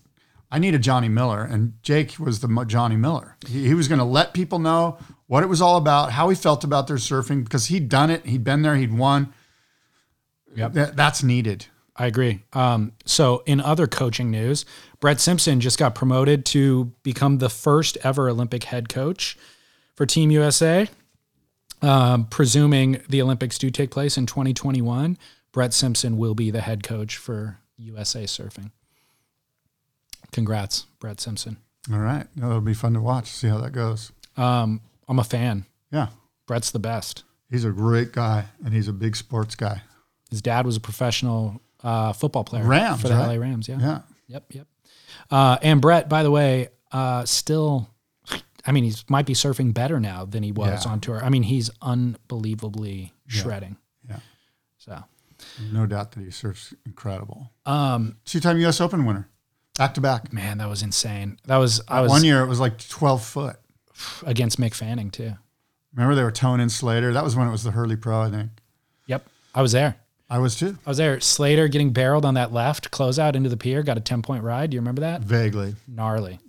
Speaker 6: I need a Johnny Miller, and Jake was the mo- Johnny Miller. He, he was going to let people know what it was all about, how he felt about their surfing, because he'd done it, he'd been there, he'd won.
Speaker 7: Yep.
Speaker 6: That- that's needed.
Speaker 7: I agree. Um, so, in other coaching news, Brett Simpson just got promoted to become the first ever Olympic head coach for Team USA. Um, presuming the Olympics do take place in 2021, Brett Simpson will be the head coach for USA Surfing. Congrats, Brett Simpson.
Speaker 6: All right, that'll be fun to watch. See how that goes.
Speaker 7: Um, I'm a fan.
Speaker 6: Yeah,
Speaker 7: Brett's the best.
Speaker 6: He's a great guy, and he's a big sports guy.
Speaker 7: His dad was a professional uh, football player
Speaker 6: Rams,
Speaker 7: for the
Speaker 6: right?
Speaker 7: LA Rams. Yeah.
Speaker 6: Yeah.
Speaker 7: Yep. Yep. Uh, and Brett, by the way, uh, still, I mean, he might be surfing better now than he was
Speaker 6: Yeah.
Speaker 7: on tour. I mean, he's unbelievably shredding.
Speaker 6: Yeah.
Speaker 7: So
Speaker 6: No doubt that he serves incredible. Um, Two-time U.S. Open winner, back to back.
Speaker 7: man, that was insane. That was I was
Speaker 6: One year it was like 12 foot.
Speaker 7: against Mick Fanning too.
Speaker 6: Remember they were toning Slater. That was when it was the Hurley Pro, I think.
Speaker 7: Yep. I was there.
Speaker 6: I was too.
Speaker 7: I was there. Slater getting barreled on that left closeout into the pier, got a 10 point ride. Do you remember that?
Speaker 6: Vaguely,
Speaker 7: Gnarly.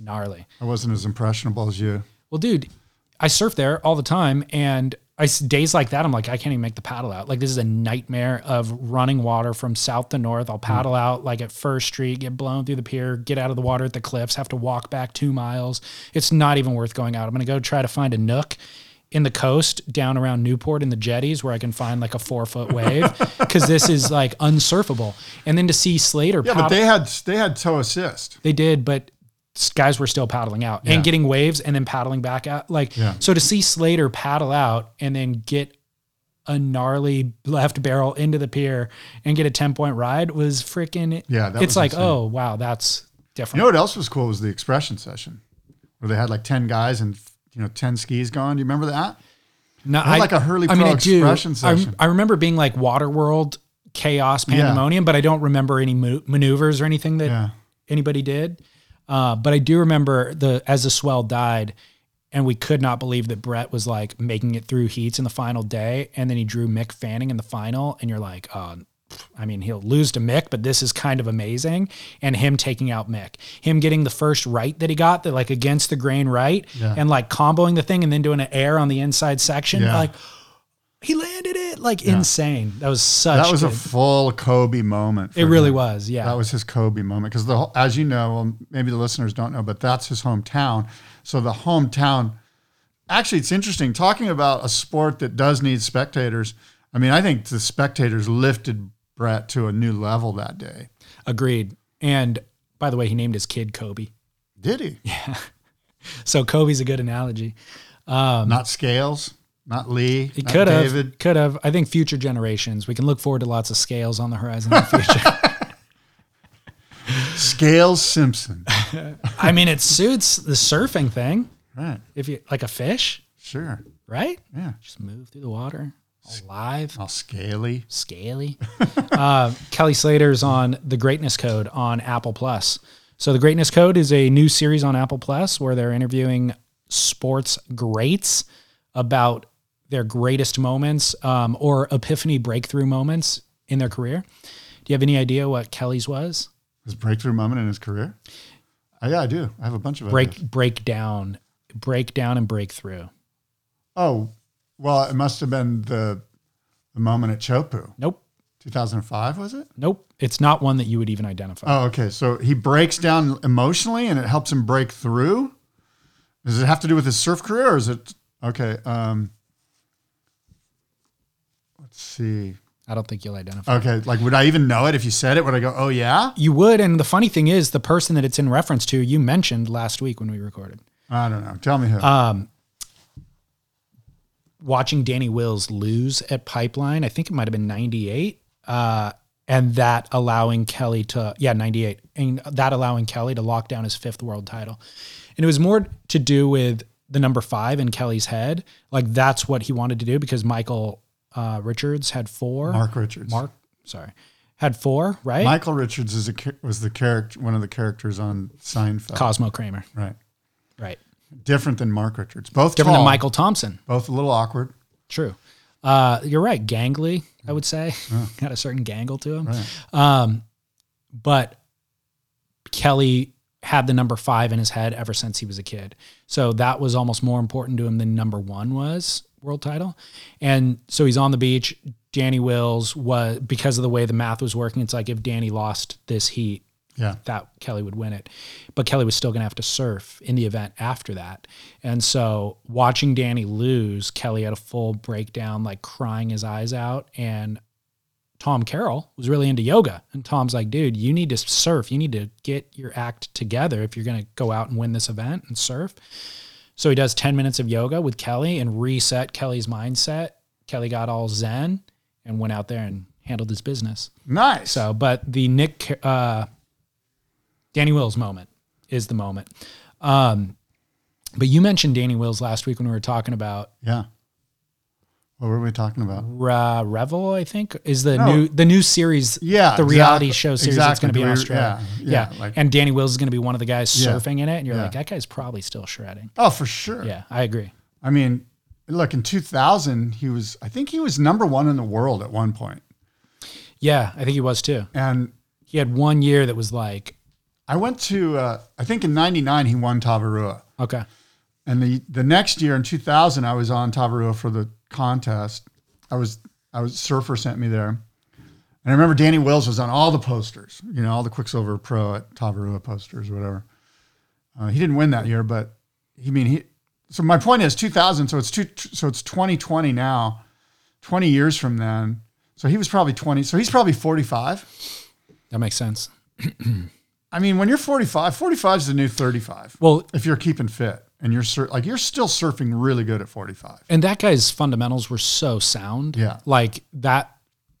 Speaker 7: Gnarly.
Speaker 6: I wasn't as impressionable as you.
Speaker 7: Well, dude, I surf there all the time. And I, s- days like that, I'm like, I can't even make the paddle out. Like, this is a nightmare of running water from south to north. I'll paddle
Speaker 6: Mm.
Speaker 7: out like at First Street, get blown through the pier, get out of the water at the cliffs, have to walk back two miles. It's not even worth going out. I'm going to go try to find a nook in the coast down around Newport in the jetties where I can find like a four
Speaker 6: (laughs)
Speaker 7: foot wave because this is like unsurfable. And then to see Slater
Speaker 6: Yeah, but
Speaker 7: paddle-
Speaker 6: they had they had toe assist.
Speaker 7: they did, but s- guys were still paddling out and getting waves and then paddling back out. Like
Speaker 6: Yeah.
Speaker 7: so to see Slater paddle out and then get a gnarly (laughs) left barrel into the pier and get a 10 point ride was freaking
Speaker 6: Yeah, that
Speaker 7: it's
Speaker 6: was
Speaker 7: like,
Speaker 6: insane.
Speaker 7: oh wow, that's
Speaker 6: You
Speaker 7: different.
Speaker 6: know what else was cool was the expression session, where they had like ten guys and you know ten skis going. Do you remember that?
Speaker 7: No,
Speaker 6: Not like a Hurley Pro expression
Speaker 7: I, rem-
Speaker 6: session.
Speaker 7: I remember being like Waterworld chaos pandemonium, but I don't remember any mo- maneuvers or anything that
Speaker 6: Yeah.
Speaker 7: anybody did. Uh, but I do remember the as the swell died, and we could not believe that Brett was like making it through heats in the final day, and then he drew Mick Fanning in the final, and you're like, oh, I mean, he'll lose to Mick, but this is kind of amazing. And him taking out Mick, him getting the first right that he got, that like against the grain right, and like comboing the thing, and then doing an air on the inside section,
Speaker 6: Yeah.
Speaker 7: like. He landed it like insane. That was such.
Speaker 6: That was a
Speaker 7: good-
Speaker 6: full Kobe moment. for
Speaker 7: it really
Speaker 6: him.
Speaker 7: was. Yeah.
Speaker 6: That was his Kobe moment because the whole- as you know, well, maybe the listeners don't know, but that's his hometown. So the hometown. Actually, it's interesting talking about a sport that does need spectators. I mean, I think the spectators lifted Brett to a new level that day.
Speaker 7: Agreed. And by the way, he named his kid Kobe.
Speaker 6: Did he?
Speaker 7: So Kobe's a good analogy.
Speaker 6: Uh, Not Scales, not Lee,
Speaker 7: He
Speaker 6: not
Speaker 7: could
Speaker 6: Uh, David.
Speaker 7: have, could have. I think future generations. We can look forward to lots of scales on the horizon in the future.
Speaker 6: Scales Simpson.
Speaker 7: I mean, it suits the surfing thing.
Speaker 6: right.
Speaker 7: If you like a fish,
Speaker 6: Sure.
Speaker 7: right?
Speaker 6: Yeah.
Speaker 7: Just move through the water, alive,
Speaker 6: All scaly.
Speaker 7: scaly. (laughs) uh, Kelly Slater's on the Greatness Code on Apple Plus. So the Greatness Code is a new series on Apple Plus where they're interviewing sports greats about their greatest moments um, or epiphany breakthrough moments in their career. Do you have any idea what Kelly's was?
Speaker 6: His breakthrough moment in his career. Uh, yeah, I do. I have a bunch of
Speaker 7: Break
Speaker 6: ideas.
Speaker 7: breakdown, breakdown and breakthrough.
Speaker 6: Oh, well, it must have been the the moment at Chopu,
Speaker 7: Nope,
Speaker 6: 2005, was it?
Speaker 7: nope. It's not one that you would even identify.
Speaker 6: Oh, okay. So he breaks down emotionally, and it helps him break through. Does it have to do with his surf career, or is it okay? Um, let's see.
Speaker 7: I don't think you'll identify.
Speaker 6: Okay, like would I even know it if you said it? Would I go, oh yeah?
Speaker 7: You would, and the funny thing is, the person that it's in reference to, you mentioned last week when we recorded.
Speaker 6: I don't know. Tell me who.
Speaker 7: Uh, watching Danny Wills lose at Pipeline. I think it might have been 98. Uh, and that allowing Kelly to, yeah, 98. And that allowing Kelly to lock down his fifth world title. And it was more to do with the number five in Kelly's head. Like that's what he wanted to do because Michael uh, Richards had four.
Speaker 6: Mark Richards.
Speaker 7: Mark, sorry, had four, right?
Speaker 6: Michael Richards is a cha- was the character one of the characters on Seinfeld.
Speaker 7: Cosmo Kramer,
Speaker 6: right.
Speaker 7: right?
Speaker 6: Different than Mark Richards. Both
Speaker 7: Different
Speaker 6: tall,
Speaker 7: than Michael Thompson.
Speaker 6: Both a little awkward.
Speaker 7: True. Uh, you're right. Gangly, I would say. (laughs) Got a certain gangle to him. Um, but Kelly had the number five in his head ever since he was a kid. So that was almost more important to him than number one was world title. And so he's on the beach. Danny Wills was, because of the way the math was working, it's like if Danny lost this heat,
Speaker 6: Yeah.
Speaker 7: that Kelly would win it. But Kelly was still going to have to surf in the event after that. And so watching Danny lose, Kelly had a full breakdown, like crying his eyes out. And Tom Carroll was really into yoga. And Tom's like, dude, you need to surf. You need to get your act together if you're going to go out and win this event and surf. So he does 10 minutes of yoga with Kelly and reset Kelly's mindset Kelly got all zen and went out there and handled his business.
Speaker 6: Nice.
Speaker 7: So, but the Nick, uh, Danny Wills moment is the moment. Um, but you mentioned Danny Wills last week when we were talking about
Speaker 6: yeah. What were we talking about?
Speaker 7: Mm-hmm. Ra- Revel, I think, is the
Speaker 6: No.
Speaker 7: new the new series,
Speaker 6: Yeah,
Speaker 7: the reality
Speaker 6: exactly-
Speaker 7: show series that's
Speaker 6: exactly.
Speaker 7: going to be in
Speaker 6: We were-
Speaker 7: Australia.
Speaker 6: yeah, yeah, like-
Speaker 7: and Danny Wills is going to be one of the guys
Speaker 6: Yeah,
Speaker 7: surfing in it, and you're
Speaker 6: yeah.
Speaker 7: like, that guy's probably still shredding.
Speaker 6: Oh, for sure.
Speaker 7: Yeah, I agree.
Speaker 6: I mean, look, in 2000, he was, I think he was number one in the world at one point.
Speaker 7: Yeah, I think he was too.
Speaker 6: And
Speaker 7: He had one year that was like,
Speaker 6: I went to, uh, I think in 99, he won Tavarua.
Speaker 7: okay,
Speaker 6: And the, the next year in 2000, I was on Tavarua for the contest. I was, I was, Surfer sent me there. And I remember Danny Wills was on all the posters, you know, all the Quicksilver Pro at Tavarua posters or whatever. Uh, he didn't win that year, but he I mean he. So my point is 2000. So it's two. So it's 2020 now. 20 years from then. So he was probably 20. So he's probably 45.
Speaker 7: that makes sense.
Speaker 6: I mean, when you're 45, 45 is the new 35.
Speaker 7: Well,
Speaker 6: if you're keeping fit and you're sur- like you're still surfing really good at 45.
Speaker 7: and that guy's fundamentals were so sound.
Speaker 6: Yeah.
Speaker 7: like that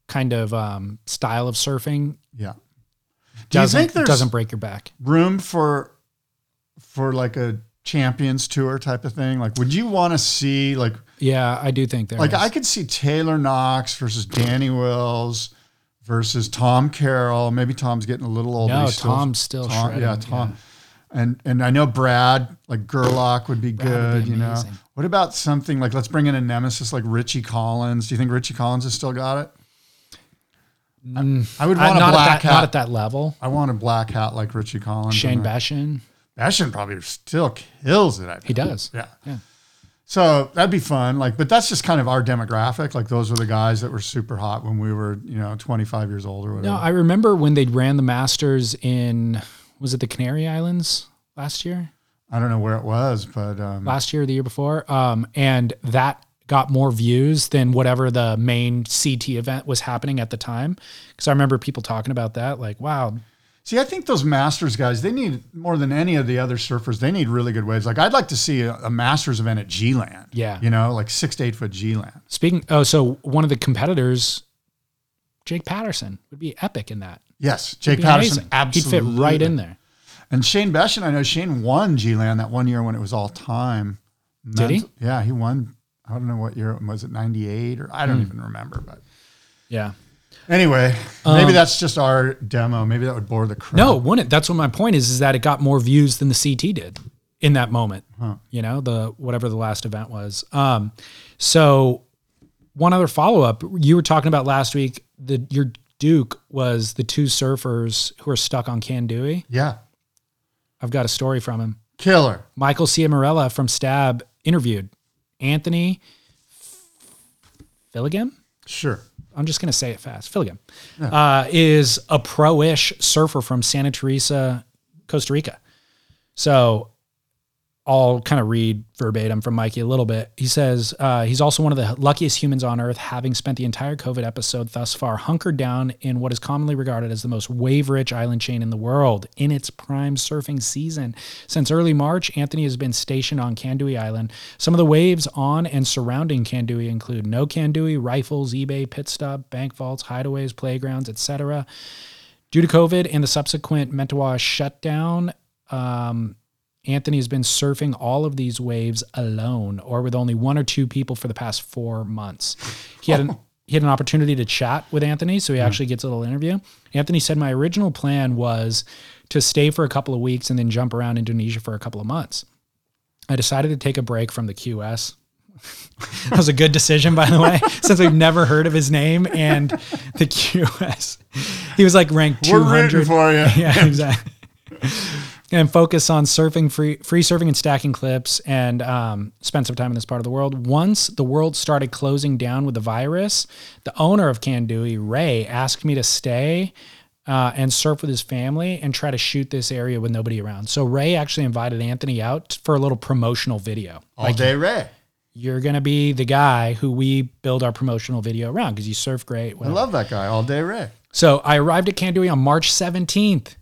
Speaker 7: kind of um, style of surfing
Speaker 6: Yeah. Do you
Speaker 7: doesn't
Speaker 6: think there's
Speaker 7: doesn't break your back.
Speaker 6: room for for like a champions tour type of thing? Like, would you want to see like
Speaker 7: Yeah, I do think Uh, there.
Speaker 6: Like
Speaker 7: is.
Speaker 6: I could see Taylor Knox versus Danny Wills versus Tom Carroll. Maybe Tom's getting a little older.
Speaker 7: No,
Speaker 6: He's
Speaker 7: Tom's still shredding,
Speaker 6: yeah, Tom. And and I know Brad like Gerlach would be good. you know,
Speaker 7: amazing.
Speaker 6: what about something like let's bring in a nemesis like Richie Collins? Do you think Richie Collins has still got it? I, I would
Speaker 7: Uh,
Speaker 6: want a black Mm-hmm.
Speaker 7: not, at that,
Speaker 6: hat.
Speaker 7: not at that level.
Speaker 6: I want a black hat like Richie Collins.
Speaker 7: Shane
Speaker 6: And I-
Speaker 7: Bashan,
Speaker 6: Bashan probably still kills it. I
Speaker 7: he does.
Speaker 6: Yeah.
Speaker 7: Yeah.
Speaker 6: So that'd be fun. Like, but that's just kind of our demographic. Like, those were the guys that were super hot when we were, you know, 25 years old or whatever.
Speaker 7: No, I remember when they ran the Masters in was it the Canary Islands last year?
Speaker 6: I don't know where it was, but um,
Speaker 7: Last year or the year before? Um, and that got more views than whatever the main CT event was happening at the time. Because I remember people talking about that, like, wow,
Speaker 6: see, I think those Masters guys, they need more than any of the other surfers, they need really good waves. Like, I'd like to see a, a Masters event at G Land.
Speaker 7: Yeah.
Speaker 6: You know, like six to eight foot G Land.
Speaker 7: speaking oh, so one of the competitors, Jake Patterson, would be epic in that.
Speaker 6: Yes. Jake
Speaker 7: Be
Speaker 6: Patterson,
Speaker 7: amazing.
Speaker 6: absolutely.
Speaker 7: He'd fit right in there.
Speaker 6: And Shane Beshan, I know Shane won G Land that one year when it was all time.
Speaker 7: Did he?
Speaker 6: Yeah, he won. I don't know what year it was. It 98 or I don't
Speaker 7: Hmm.
Speaker 6: even remember, but.
Speaker 7: Yeah.
Speaker 6: Anyway, maybe that's just our demo. Maybe that would bore the crowd.
Speaker 7: Um, No, it wouldn't. That's what my point is, is that it got more views than the CT did in that moment. You know, the whatever the last event was. Um, so one other follow up. You were talking about last week the your Duke was the two surfers who are stuck on Kandui.
Speaker 6: Yeah.
Speaker 7: I've got a story from him.
Speaker 6: Killer.
Speaker 7: Michael Ciamarella from Stab interviewed Anthony Filligam.
Speaker 6: Sure.
Speaker 7: I'm just going to say it fast. Filligan uh, is a pro ish surfer from Santa Teresa, Costa Rica. So I'll kind of read verbatim from Mikey a little bit. He says uh, he's also one of the luckiest humans on earth, having spent the entire COVID episode thus far hunkered down in what is commonly regarded as the most wave rich island chain in the world in its prime surfing season. Since early March, Anthony has been stationed on Kandui Island. Some of the waves on and surrounding Kandui include No Kandui, Rifles, eBay, Pit Stop, Bank Vaults, Hideaways, Playgrounds, etc. Due to COVID and the subsequent Metawa shutdown, um, Anthony has been surfing all of these waves alone or with only one or two people for the past four months. He had
Speaker 6: Oh.
Speaker 7: an he had an opportunity to chat with Anthony,
Speaker 6: Hmm.
Speaker 7: so he actually gets a little interview. Anthony said, My original plan was to stay for a couple of weeks and then jump around Indonesia for a couple of months. I decided to take a break from the QS. (laughs) that was a good decision, by the way, (laughs) since we've never heard of his name and the QS. He was like ranked 200
Speaker 6: We're rooting for you.
Speaker 7: (laughs) yeah, exactly. and focus on surfing free free surfing and stacking clips and um, spend some time in this part of the world. Once the world started closing down with the virus, the owner of Kandui, Ray, asked me to stay. Uh, and surf with his family and try to shoot this area with nobody around. So Ray actually invited Anthony out for a little promotional video.
Speaker 6: All day Ray.
Speaker 7: You're gonna be the guy who we build our promotional video around because you surf
Speaker 6: I
Speaker 7: great. whatever.
Speaker 6: love that guy. All day Ray.
Speaker 7: So I arrived at Kandui on March 17th.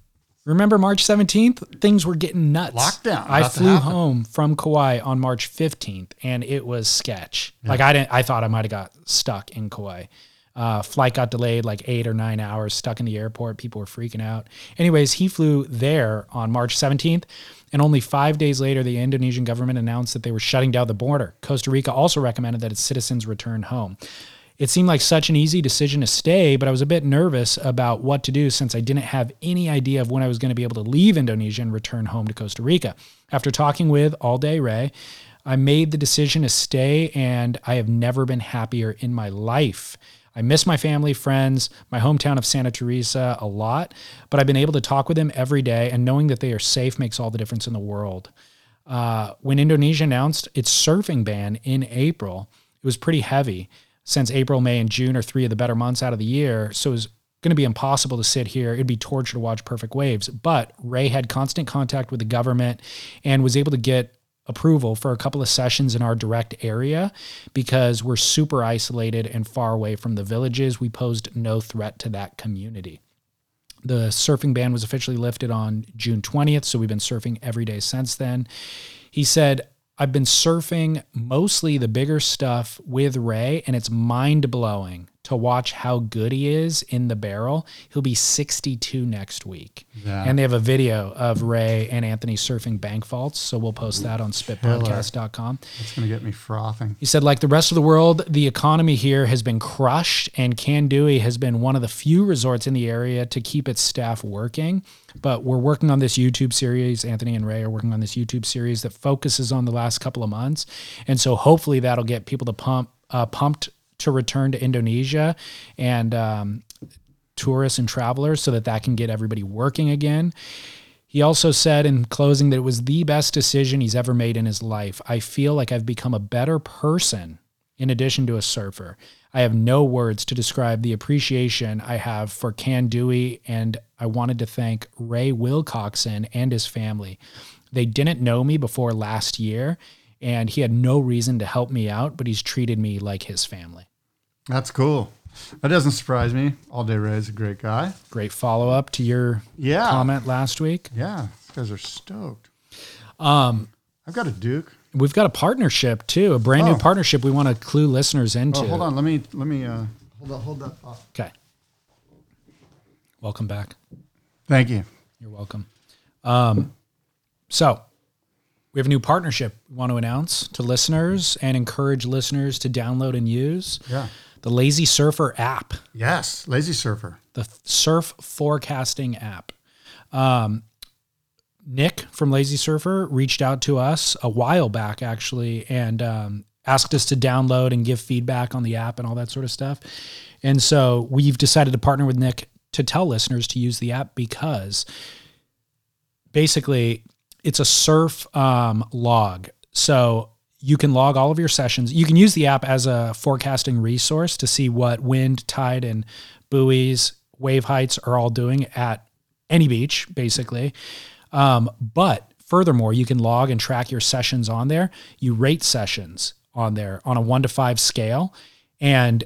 Speaker 7: Remember March 17th? Things were getting nuts.
Speaker 6: Lockdown
Speaker 7: I
Speaker 6: about to
Speaker 7: flew
Speaker 6: happen.
Speaker 7: home from Kauai on March 15th and it was sketch. Like I didn't I thought I might have got stuck in Kauai. Uh, flight got delayed like eight or nine hours, stuck in the airport. People were freaking out. Anyways, he flew there on March 17th. And only five days later, the Indonesian government announced that they were shutting down the border. Costa Rica also recommended that its citizens return home. It seemed like such an easy decision to stay, but I was a bit nervous about what to do since I didn't have any idea of when I was going to be able to leave Indonesia and return home to Costa Rica. After talking with All Day Ray, I made the decision to stay, and I have never been happier in my life. I miss my family, friends, my hometown of Santa Teresa a lot, but I've been able to talk with them every day, and knowing that they are safe makes all the difference in the world uh, when Indonesia announced its surfing ban in April, it was pretty heavy since April, May, and June are three of the better months out of the year. So it was going to be impossible to sit here. It'd be torture to watch perfect waves. But Ray had constant contact with the government and was able to get approval for a couple of sessions in our direct area because we're super isolated and far away from the villages. We posed no threat to that community the surfing ban was officially lifted on June 20th, so we've been surfing every day since then. He said, I've been surfing mostly the bigger stuff with Ray, and it's mind blowing to watch how good he is in the barrel. He'll be 62 next week. And they have a video of Ray and Anthony surfing bank faults, so we'll post that on spitpodcast.com.
Speaker 6: It's going to get me frothing.
Speaker 7: He said, like the rest of the world, the economy here has been crushed, and Kandui has been one of the few resorts in the area to keep its staff working. But we're working on this YouTube series. Anthony and Ray are working on this YouTube series that focuses on the last couple of months, and so hopefully that'll get people to pump uh, pumped to return to Indonesia, and um, tourists and travelers, so that that can get everybody working again. He also said in closing that it was the best decision he's ever made in his life. I feel like I've become a better person in addition to a surfer. I have no words to describe the appreciation I have for Can Dewey, and I wanted to thank Ray Wilcoxon and his family. They didn't know me before last year, and he had no reason to help me out, but he's treated me like his family.
Speaker 6: That's cool. That doesn't surprise me. All Day Ray is a great guy.
Speaker 7: Great follow up to your
Speaker 6: Yeah.
Speaker 7: comment last week.
Speaker 6: Yeah, these guys are stoked. Um, I've got a Duke.
Speaker 7: We've got a partnership too, a brand
Speaker 6: Oh.
Speaker 7: new partnership we want to clue listeners into.
Speaker 6: Oh, hold on. Let me let me uh, hold up, Oh. hold that thought.
Speaker 7: Okay. Welcome back.
Speaker 6: Thank you.
Speaker 7: You're welcome. Um, so we have a new partnership we want to announce to listeners and encourage listeners to download and use.
Speaker 6: Yeah.
Speaker 7: The Lazy Surfer app,
Speaker 6: Yes, Lazy Surfer.
Speaker 7: the surf forecasting app. Um, Nick from Lazy Surfer reached out to us a while back, actually, and um, asked us to download and give feedback on the app and all that sort of stuff. And so we've decided to partner with Nick to tell listeners to use the app because basically it's a surf um, log. So you can log all of your sessions. You can use the app as a forecasting resource to see what wind, tide, and buoys, wave heights are all doing at any beach, basically. Um, but furthermore, you can log and track your sessions on there. You rate sessions on there on a one to five scale. And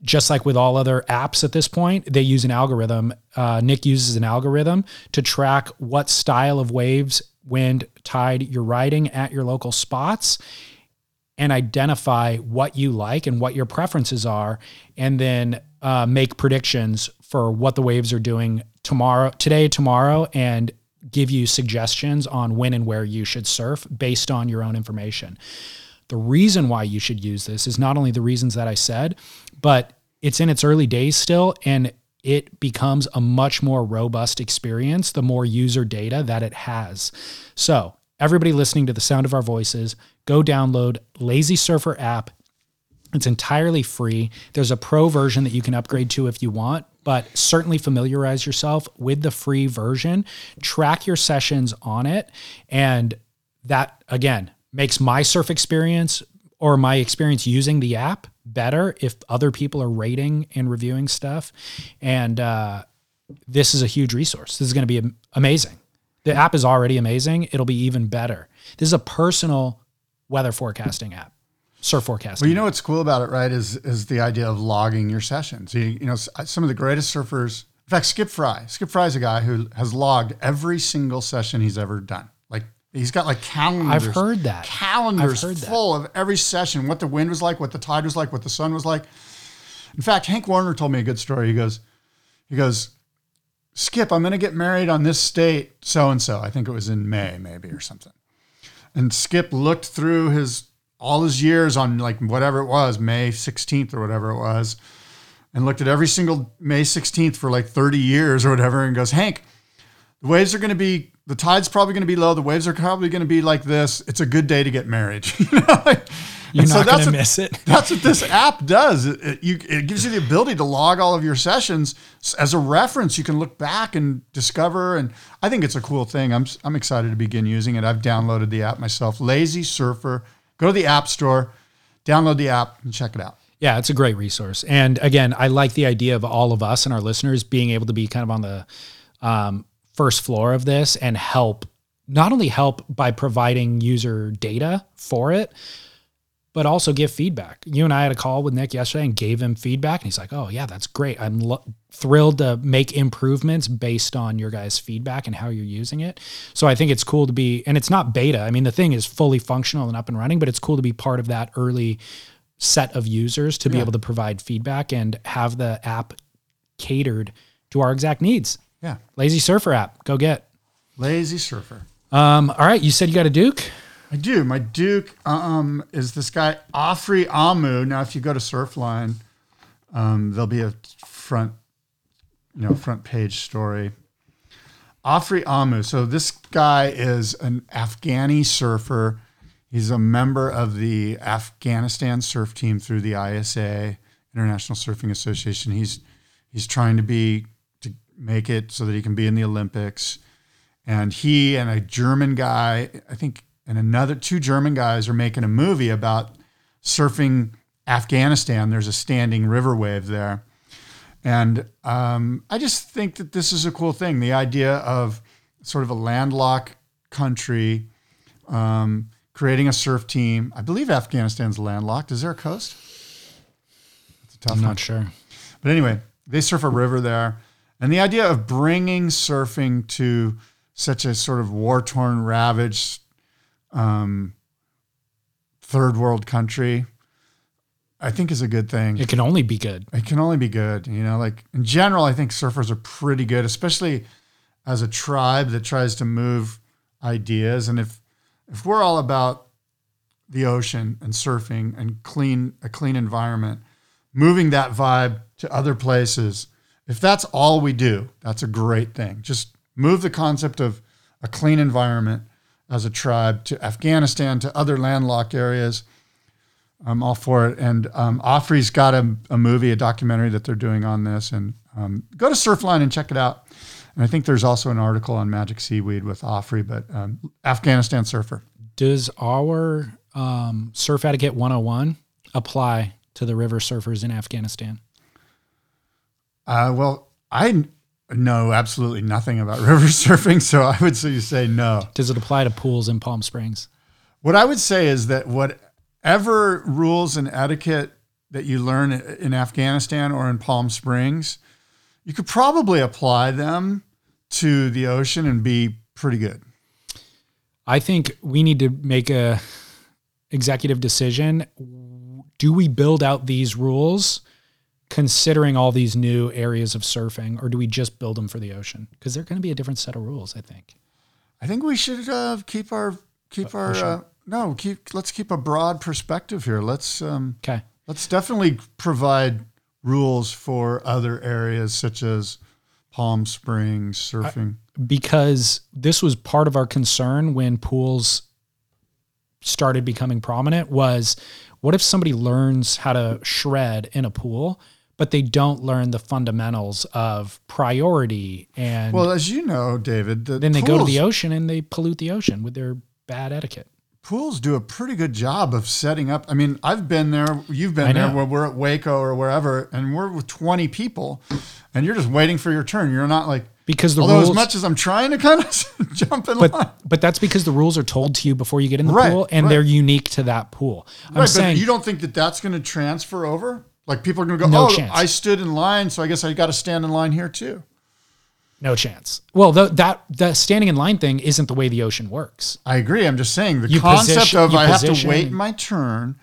Speaker 7: just like with all other apps at this point, they use an algorithm. Uh, Nick uses an algorithm to track what style of waves, wind, tide you're riding at your local spots and identify what you like and what your preferences are, and then uh, make predictions for what the waves are doing tomorrow, today, tomorrow, and give you suggestions on when and where you should surf based on your own information. The reason why you should use this is not only the reasons that I said, but it's in its early days still, and it becomes a much more robust experience the more user data that it has. So, everybody listening to the sound of our voices, go download Lazy Surfer app. It's entirely free. There's a pro version that you can upgrade to if you want, but certainly familiarize yourself with the free version, track your sessions on it, and that again makes my surf experience or my experience using the app better if other people are rating and reviewing stuff. And uh, this is a huge resource. This is going to be am- amazing. The app is already amazing. It'll be even better. This is a personal weather forecasting app, surf forecasting.
Speaker 6: Well, you know uh, what's cool about it, right? Is is the idea of logging your sessions. You, you know, s- some of the greatest surfers In fact, Skip Fry. Skip Fry's a guy who has logged every single session he's ever done. Like he's got like calendars.
Speaker 7: I've heard that.
Speaker 6: Calendars
Speaker 7: I've heard that.
Speaker 6: full of every session, what the wind was like, what the tide was like, what the sun was like. In fact, Hank Warner told me a good story. He goes, he goes, Skip, I'm going to get married on this date, so and so. I think it was in May, maybe or something. And Skip looked through his all his years on like whatever it was, May 16th or whatever it was, and looked at every single May 16th for like 30 years or whatever, and goes, Hank, the waves are going to be. The tide's probably going to be low. The waves are probably going to be like this. It's a good day to get married. (laughs) you know? like-
Speaker 7: You're
Speaker 6: and so
Speaker 7: not
Speaker 6: that's
Speaker 7: going to
Speaker 6: what-
Speaker 7: miss it.
Speaker 6: (laughs) that's what this app does. It, it- you, it gives you the ability to log all of your sessions S- as a reference. You can look back and discover. And I think it's a cool thing. I'm, s- I'm excited to begin using it. I've downloaded the app myself. Lazy Surfer. Go to the App Store, download the app, and check it out.
Speaker 7: Yeah, it's a great resource. And again, I like the idea of all of us and our listeners being able to be kind of on the um, first floor of this and help, not only help by providing user data for it, but also give feedback. You and I had a call with Nick yesterday and gave him feedback. And he's like, oh, yeah, that's great. I'm lo- thrilled to make improvements based on your guys' feedback and how you're using it. So I think it's cool to be, and it's not beta. I mean, the thing is fully functional and up and running, but it's cool to be part of that early set of users to be able to provide feedback and have the app catered to our exact needs.
Speaker 6: Yeah.
Speaker 7: Lazy Surfer app, go get.
Speaker 6: Lazy Surfer.
Speaker 7: Um, all right, you said you got a Duke.
Speaker 6: I do. My Duke um, is this guy, Afri Amu. Now, if you go to Surfline, um, there'll be a front, you know, front page story. Afri Amu. So this guy is an Afghani surfer. He's a member of the Afghanistan surf team through the ISA, International Surfing Association. He's he's trying to be to make it so that he can be in the Olympics and he and a German guy, I think, and another two German guys are making a movie about surfing Afghanistan. There's a standing river wave there, and um, I just think that this is a cool thing. The idea of sort of a landlocked country um, creating a surf team. I believe Afghanistan's landlocked. Is there a coast? That's a tough
Speaker 7: I'm
Speaker 6: one.
Speaker 7: not sure.
Speaker 6: But anyway, they surf a river there. And the idea of bringing surfing to such a sort of war torn, ravaged um, third world country, I think is a good thing.
Speaker 7: It can only be good.
Speaker 6: It can only be good. You know, like in general, I think surfers are pretty good, especially as a tribe that tries to move ideas. And if if we're all about the ocean and surfing and clean a clean environment, moving that vibe to other places, if that's all we do, that's a great thing. Just move the concept of a clean environment as a tribe to Afghanistan, to other landlocked areas. I'm all for it. And um, Offrey's got a, a movie, a documentary that they're doing on this. And um, go to Surfline and check it out. And I think there's also an article on magic seaweed with Offrey, but um, Afghanistan surfer.
Speaker 7: Does our um, Surf Etiquette 101 apply to the river surfers in Afghanistan?
Speaker 6: Uh, well, I kn- know absolutely nothing about (laughs) river surfing, so I would say say no.
Speaker 7: Does it apply to pools in Palm Springs?
Speaker 6: What I would say is that whatever rules and etiquette that you learn in Afghanistan or in Palm Springs, you could probably apply them to the ocean and be pretty good.
Speaker 7: I think we need to make a executive decision. Do we build out these rules considering all these new areas of surfing, or do we just build them for the ocean? Because they're going to be a different set of rules, I think.
Speaker 6: I think we should uh, keep our keep our uh, no keep let's keep a broad perspective here. Let's um,
Speaker 7: Okay.
Speaker 6: let's definitely provide rules for other areas such as Palm Springs surfing.
Speaker 7: Because this was part of our concern when pools started becoming prominent was what if somebody learns how to shred in a pool, but they don't learn the fundamentals of priority and
Speaker 6: well, as you know, David, the
Speaker 7: then they go to
Speaker 6: pools-
Speaker 7: the ocean and they pollute the ocean with their bad etiquette.
Speaker 6: pools do a pretty good job of setting up. I mean, I've been there, you've been
Speaker 7: I
Speaker 6: there
Speaker 7: know.
Speaker 6: where we're at Waco or wherever, and we're with 20 people, and you're just waiting for your turn. You're not like,
Speaker 7: Because the
Speaker 6: although
Speaker 7: rules,
Speaker 6: as much as I'm trying to kind of (laughs) jump in line.
Speaker 7: but but that's because the rules are told to you before you get in the
Speaker 6: Right,
Speaker 7: pool, and
Speaker 6: right.
Speaker 7: they're unique to that pool. I'm
Speaker 6: Right,
Speaker 7: saying
Speaker 6: but you don't think that that's going to transfer over? Like people are going to go,
Speaker 7: No
Speaker 6: oh,
Speaker 7: chance.
Speaker 6: I stood in line, so I guess I got to stand in line here too.
Speaker 7: No chance. Well, the, that the standing in line thing isn't the way the ocean works.
Speaker 6: I agree. I'm just saying the
Speaker 7: You
Speaker 6: concept
Speaker 7: position-
Speaker 6: of
Speaker 7: you
Speaker 6: I have to
Speaker 7: position-
Speaker 6: wait my turn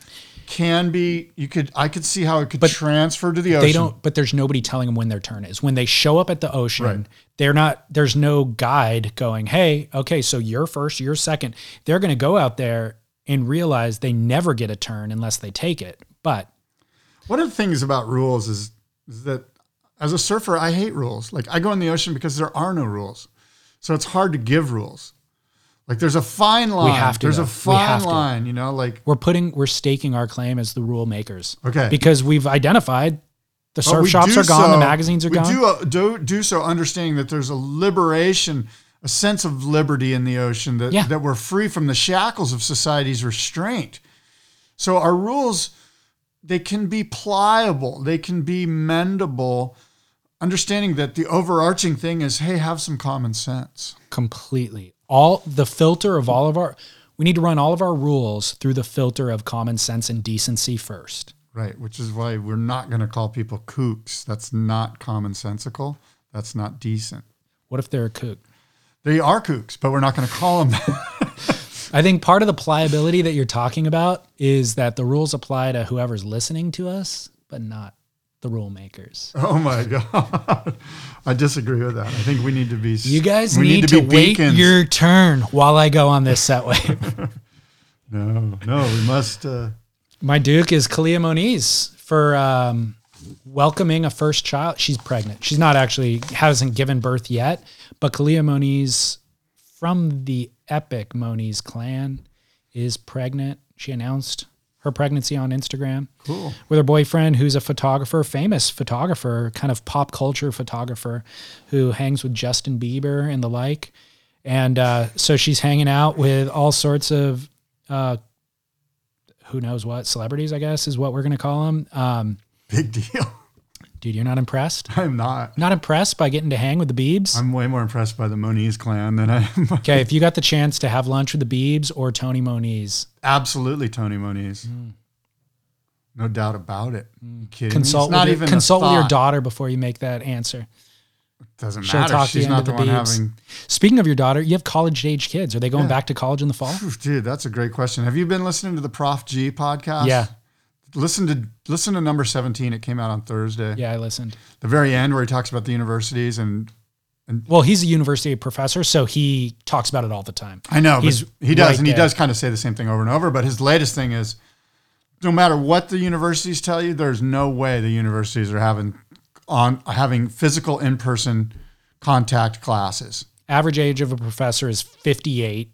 Speaker 6: can be you could I could see how it could
Speaker 7: But
Speaker 6: transfer to the ocean.
Speaker 7: They don't, but there's nobody telling them when their turn is. When they show up at the ocean,
Speaker 6: Right.
Speaker 7: they're not. There's no guide going. Hey, okay, so you're first, you're second. They're going to go out there and realize they never get a turn unless they take it. But
Speaker 6: One of the things about rules is, is that as a surfer, I hate rules. Like I go in the ocean because there are no rules. So it's hard to give rules. Like there's a fine line.
Speaker 7: have to,
Speaker 6: There's
Speaker 7: though.
Speaker 6: a
Speaker 7: We
Speaker 6: fine
Speaker 7: have to.
Speaker 6: line, you know, like
Speaker 7: we're putting, we're staking our claim as the rule makers.
Speaker 6: Okay.
Speaker 7: because we've identified the
Speaker 6: But
Speaker 7: surf
Speaker 6: Oh, we
Speaker 7: shops
Speaker 6: do
Speaker 7: are gone,
Speaker 6: so-
Speaker 7: the magazines are
Speaker 6: we
Speaker 7: gone.
Speaker 6: Do, uh, do do so understanding that there's a liberation, a sense of liberty in the ocean that
Speaker 7: Yeah.
Speaker 6: that we're free from the shackles of society's restraint. So our rules, they can be pliable, they can be mendable. Understanding that the overarching thing is, hey, have some common sense.
Speaker 7: completely all the filter of all of our we need to run all of our rules through the filter of common sense and decency first
Speaker 6: Right, which is why we're not going to call people kooks. That's not commonsensical. That's not decent.
Speaker 7: what if they're a kook
Speaker 6: They are kooks, but we're not going to call them that.
Speaker 7: i think part of the pliability that you're talking about is that the rules apply to whoever's listening to us but not the rule makers
Speaker 6: (laughs) Oh my god, I disagree with that. I think we need to be.
Speaker 7: you guys need, to, wait your turn while i go on this set wave
Speaker 6: no, no. We must. Uh, (laughs)
Speaker 7: my duke is kalia moniz for um, welcoming a first child she's pregnant she's not actually hasn't given birth yet but kalia moniz from the epic Moniz clan is pregnant. She announced her pregnancy on Instagram. Cool. With her boyfriend, who's a photographer, famous photographer, kind of pop culture photographer, who hangs with Justin Bieber and the like. And uh, so she's hanging out with all sorts of, uh, who knows what, celebrities, I guess, is what we're going to call them. Um,
Speaker 6: big deal.
Speaker 7: dude, you're not impressed?
Speaker 6: I'm not.
Speaker 7: Not impressed by getting to hang with the Biebs?
Speaker 6: I'm way more impressed by the Moniz clan than I am.
Speaker 7: Okay, if you got the chance to have lunch with the Biebs or Tony Moniz,
Speaker 6: Absolutely, Tony Moniz.
Speaker 7: Hmm.
Speaker 6: No doubt about it. You kidding me?
Speaker 7: consult
Speaker 6: It's not
Speaker 7: with your,
Speaker 6: even a
Speaker 7: consult with your
Speaker 6: thought.
Speaker 7: daughter before you make that answer.
Speaker 6: Doesn't
Speaker 7: She'll
Speaker 6: matter.
Speaker 7: talk
Speaker 6: She's
Speaker 7: you into
Speaker 6: not the,
Speaker 7: the,
Speaker 6: one
Speaker 7: babes.
Speaker 6: having.
Speaker 7: Speaking of your daughter, you have college age kids. Are they going back to college in the fall?
Speaker 6: Oof, dude, that's a great question. Have you been listening to the Prof G podcast?
Speaker 7: Yeah.
Speaker 6: Listen to listen to number seventeen. It came out on Thursday.
Speaker 7: Yeah, I listened.
Speaker 6: The very end where he talks about the universities and
Speaker 7: Well, he's a university professor, so he talks about it all the time.
Speaker 6: I know but
Speaker 7: He's
Speaker 6: he does,
Speaker 7: right
Speaker 6: and he
Speaker 7: there.
Speaker 6: does kind of say the same thing over and over. But his latest thing is, no matter what the universities tell you, there's no way the universities are having on having physical in person contact classes.
Speaker 7: Average age of a professor is 58.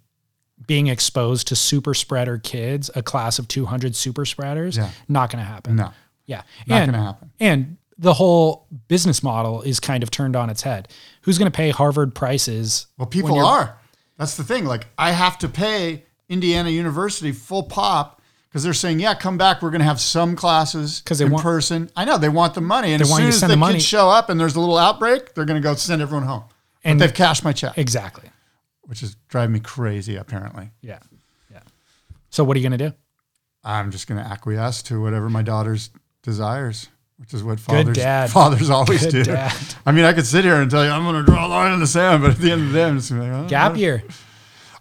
Speaker 7: Being exposed to super spreader kids, a class of 200 super spreaders,
Speaker 6: Yeah.
Speaker 7: not going to happen.
Speaker 6: No,
Speaker 7: Yeah.
Speaker 6: Not
Speaker 7: and,
Speaker 6: gonna happen.
Speaker 7: And the whole business model is kind of turned on its head. Who's going to pay Harvard prices?
Speaker 6: well,
Speaker 7: when
Speaker 6: people
Speaker 7: you're-
Speaker 6: are. That's the thing. Like I have to pay Indiana University full pop because they're saying, yeah, come back. We're going to have some classes
Speaker 7: 'Cause they
Speaker 6: in
Speaker 7: want-
Speaker 6: person. I know they want the money, and as
Speaker 7: want
Speaker 6: soon
Speaker 7: you to
Speaker 6: as
Speaker 7: send
Speaker 6: the,
Speaker 7: the money.
Speaker 6: kids show up and there's a little outbreak, they're going to go send everyone home. And
Speaker 7: And-
Speaker 6: they've cashed my check.
Speaker 7: Exactly.
Speaker 6: which is driving me crazy apparently
Speaker 7: Yeah. Yeah. So what are you going to do?
Speaker 6: i'm just going to acquiesce to whatever my daughter's desires which is what fathers
Speaker 7: dad.
Speaker 6: fathers always
Speaker 7: Good
Speaker 6: do
Speaker 7: dad.
Speaker 6: i mean i could sit here and tell you i'm going to draw a line in the sand but at the end of the day i'm just gonna be like, oh,
Speaker 7: Gap year.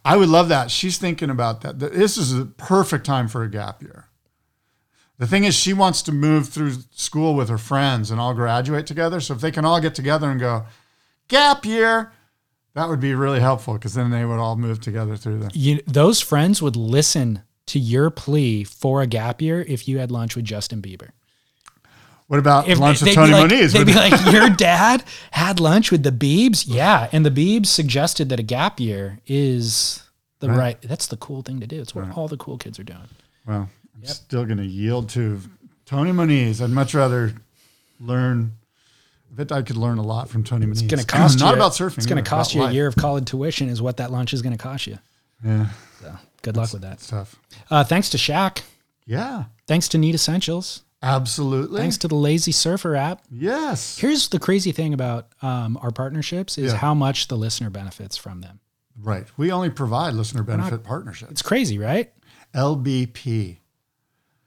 Speaker 6: i would love that she's thinking about that Th- this is a perfect time for a gap year the thing is she wants to move through school with her friends and all graduate together so if they can all get together and go gap year that would be really helpful because then they would all move together through the
Speaker 7: you those friends would listen to your plea for a gap year if you had lunch with Justin Bieber.
Speaker 6: what about
Speaker 7: If
Speaker 6: lunch
Speaker 7: they'd
Speaker 6: with
Speaker 7: be
Speaker 6: tony
Speaker 7: like,
Speaker 6: moniz
Speaker 7: They'd
Speaker 6: Would-
Speaker 7: be
Speaker 6: (laughs)
Speaker 7: like, your dad had lunch with the Biebs? Yeah. And the Biebs suggested that a gap year is the right, that's the cool thing to do. It's what all the cool kids are doing.
Speaker 6: Well, I'm still going to yield to Tony Moniz. I'd much rather learn. I bet I could learn a lot from Tony Moniz.
Speaker 7: It's gonna cost
Speaker 6: (clears throat) Not
Speaker 7: you
Speaker 6: about surfing.
Speaker 7: It's gonna
Speaker 6: either, about
Speaker 7: cost you a
Speaker 6: life.
Speaker 7: year of college tuition is what that lunch is gonna cost you.
Speaker 6: Yeah,
Speaker 7: Good luck with that.
Speaker 6: it's tough.
Speaker 7: Uh, thanks to Shaq.
Speaker 6: Yeah,
Speaker 7: Thanks to Neat Essentials.
Speaker 6: absolutely.
Speaker 7: Thanks to the Lazy Surfer app.
Speaker 6: Yes,
Speaker 7: Here's the crazy thing about um, our partnerships is
Speaker 6: Yeah.
Speaker 7: how much the listener benefits from them.
Speaker 6: right. We only provide listener benefit partnerships.
Speaker 7: It's crazy, right?
Speaker 6: LBP.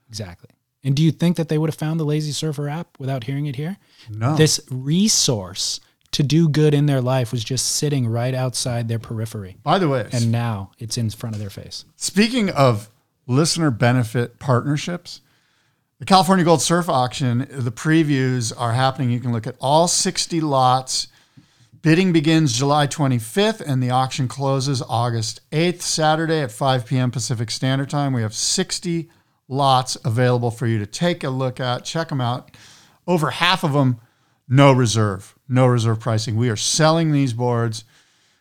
Speaker 7: Exactly. And do you think that they would have found the Lazy Surfer app without hearing it here?
Speaker 6: No,
Speaker 7: This resource to do good in their life was just sitting right outside their periphery.
Speaker 6: By the way,
Speaker 7: And now it's in front of their face.
Speaker 6: Speaking of listener benefit partnerships, the California Gold Surf Auction, the previews are happening. You can look at all 60 lots. Bidding begins July 25th and the auction closes August 8th, Saturday at 5 p.m. Pacific Standard Time. We have 60 lots available for you to take a look at, check them out. Over half of them, no reserve, no reserve pricing. We are selling these boards.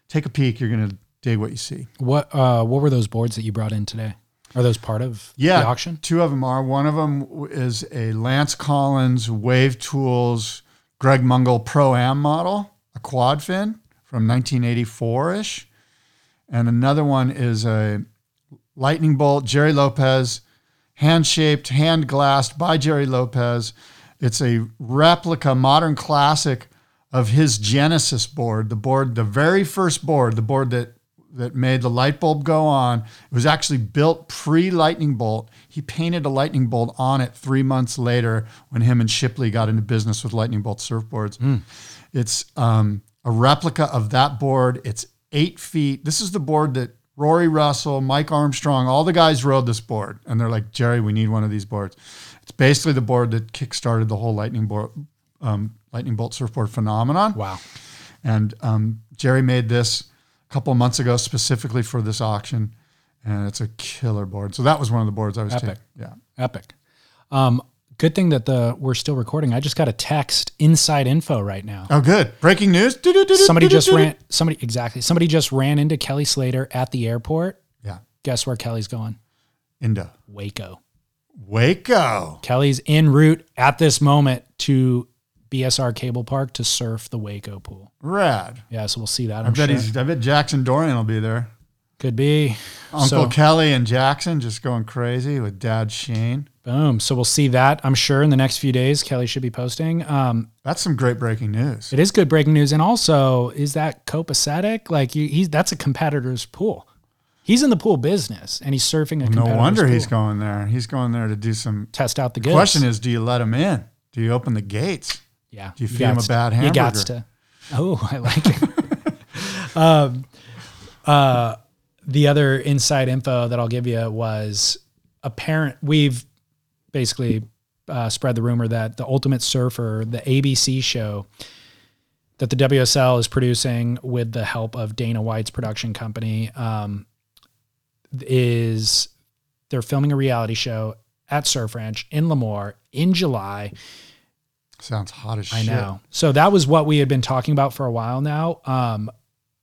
Speaker 6: Take a peek. You're going to dig what you see.
Speaker 7: What uh, what were those boards that you brought in today? Are those part of
Speaker 6: Yeah,
Speaker 7: the auction?
Speaker 6: Two of them are. One of them is a Lance Collins Wave Tools Greg Mungle Pro Am model, a quad fin from 1984 ish, and another one is a Lightning Bolt Jerry Lopez, hand shaped, hand glassed by Jerry Lopez. It's a replica, modern classic of his Genesis board, the board, the very first board, the board that that made the light bulb go on. It was actually built pre lightning bolt. He painted a lightning bolt on it three months later when him and Shipley got into business with lightning bolt surfboards. It's um, a replica of that board. It's eight feet. This is the board that Rory Russell, Mike Armstrong, all the guys rode this board. And they're like, Jerry, we need one of these boards. It's basically the board that kickstarted the whole lightning bolt, um, lightning bolt surfboard phenomenon.
Speaker 7: Wow.
Speaker 6: And um, Jerry made this a couple months ago specifically for this auction, and it's a killer board. So that was one of the boards I was
Speaker 7: Epic.
Speaker 6: taking. Yeah.
Speaker 7: Epic. Um, good thing that the we're still recording. I just got a text inside info right now.
Speaker 6: Oh, good. Breaking news. Do-do-do-do, (laughs)
Speaker 7: Somebody just
Speaker 6: do-do-do-do.
Speaker 7: ran somebody exactly. Somebody just ran into Kelly Slater at the airport.
Speaker 6: Yeah.
Speaker 7: Guess where Kelly's going?
Speaker 6: Indo.
Speaker 7: Waco.
Speaker 6: Waco.
Speaker 7: Kelly's en route at this moment to BSR Cable Park to surf the Waco pool.
Speaker 6: Rad.
Speaker 7: Yeah, so we'll see that. I'm
Speaker 6: I bet
Speaker 7: sure.
Speaker 6: he's. I bet Jackson Dorian will be there.
Speaker 7: Could be.
Speaker 6: Uncle
Speaker 7: So-
Speaker 6: Kelly and Jackson just going crazy with Dad Shane.
Speaker 7: Boom. So we'll see that, I'm sure, in the next few days. Kelly should be posting. Um,
Speaker 6: That's some great breaking news.
Speaker 7: it is good breaking news. And also, is that copacetic? Like, you, he's that's a competitor's pool. He's in the pool business and he's surfing a
Speaker 6: No
Speaker 7: competitor's
Speaker 6: wonder
Speaker 7: pool.
Speaker 6: he's going there. He's going there to do some.
Speaker 7: Test out the goods.
Speaker 6: Question is, do you let him in? Do you open the gates?
Speaker 7: yeah.
Speaker 6: do you feed him a
Speaker 7: gots-
Speaker 6: bad
Speaker 7: You got
Speaker 6: hamburger?
Speaker 7: to. Oh, I like it. um, uh, (laughs) the other inside info that I'll give you was apparent. We've basically uh, spread the rumor that the Ultimate Surfer, the ABC show that the WSL is producing with the help of Dana White's production company, um, is they're filming a reality show at Surf Ranch in Lemoore in July.
Speaker 6: Sounds hot as
Speaker 7: I
Speaker 6: shit.
Speaker 7: know. So that was what we had been talking about for a while now. Um,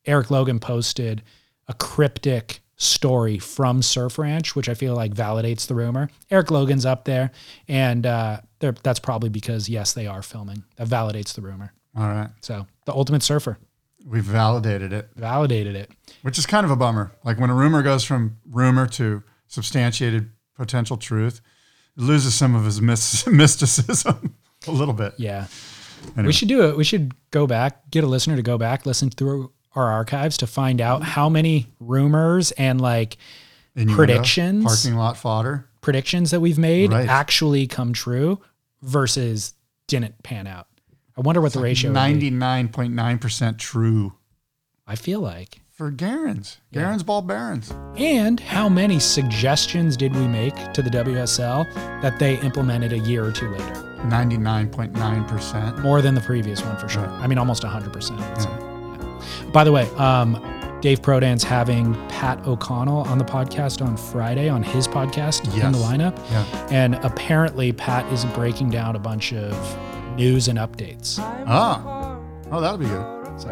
Speaker 7: Eric Logan posted a cryptic story from Surf Ranch, which I feel like validates the rumor. Eric Logan's up there, and uh, they're- that's probably because yes, they are filming. That validates the rumor.
Speaker 6: All right,
Speaker 7: So the Ultimate Surfer
Speaker 6: we validated it.
Speaker 7: validated it.
Speaker 6: which is kind of a bummer. Like when a rumor goes from rumor to substantiated potential truth, it loses some of his mys- (laughs) mysticism (laughs) a little bit.
Speaker 7: Yeah.
Speaker 6: Anyway.
Speaker 7: We should do it. We should go back, get a listener to go back, listen through our archives to find out how many rumors and like
Speaker 6: Innuendo,
Speaker 7: Predictions?
Speaker 6: parking lot fodder.
Speaker 7: predictions that we've made
Speaker 6: Right.
Speaker 7: actually come true versus didn't pan out. I wonder what the ratio would be.
Speaker 6: Ninety nine point nine percent true
Speaker 7: I feel like.
Speaker 6: for Garen's. Garen's ball barons.
Speaker 7: And how many suggestions did we make to the WSL that they implemented a year or two later?
Speaker 6: Ninety nine point nine percent.
Speaker 7: More than the previous one for sure.
Speaker 6: Right.
Speaker 7: I mean, almost 100%. I'd say. Yeah. By the way, um, Dave Prodan's having Pat O'Connell on the podcast on Friday on his podcast in
Speaker 6: Yes.
Speaker 7: the lineup.
Speaker 6: Yeah.
Speaker 7: And apparently, Pat is breaking down a bunch of news and updates.
Speaker 6: Ah. Oh, that'll be good.
Speaker 7: So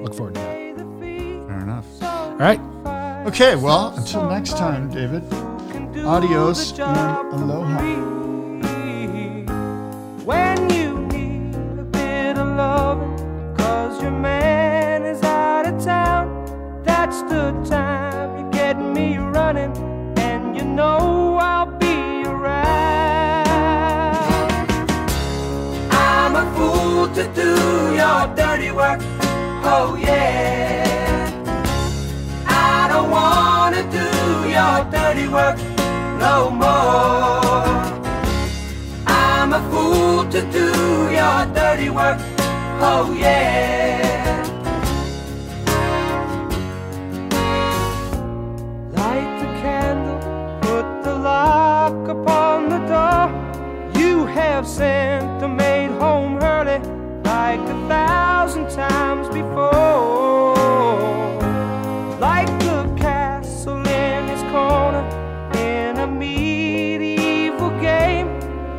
Speaker 7: look forward to that.
Speaker 6: Fair enough.
Speaker 7: All right.
Speaker 6: Okay. Well, until next time, David. Adios and aloha.
Speaker 4: When you need a bit of loving, cause your man is out of town, that's the time you get me running, and you know I'll be around. I'm a fool to do your dirty work, oh yeah. I don't wanna do your dirty work no more. I'm a fool to do your dirty work, oh yeah. Light the candle, put the lock upon the door. You have sent the maid home early, like a thousand times before. Like the castle in its corner in a medieval game,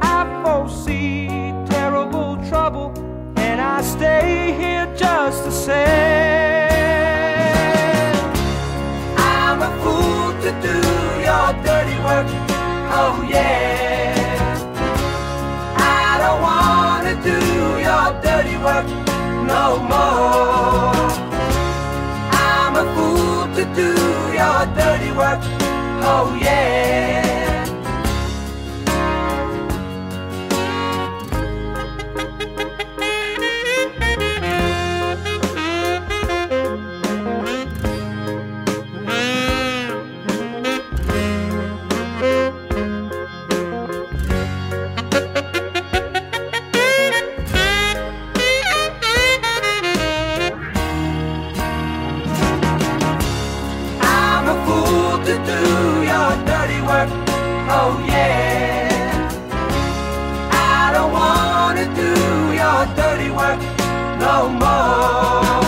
Speaker 4: I foresee terrible trouble, and I stay here just the same. I'm a fool to do your dirty work. Oh yeah. I don't wanna do your dirty work no more. I'm a fool to do your dirty work. Oh yeah. I'm a fool to do your dirty work. Oh yeah. I don't wanna do your dirty work no more.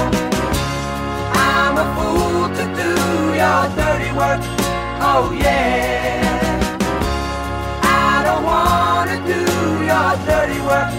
Speaker 4: I'm a fool to do your dirty work. Oh yeah. I don't wanna do your dirty work Oh,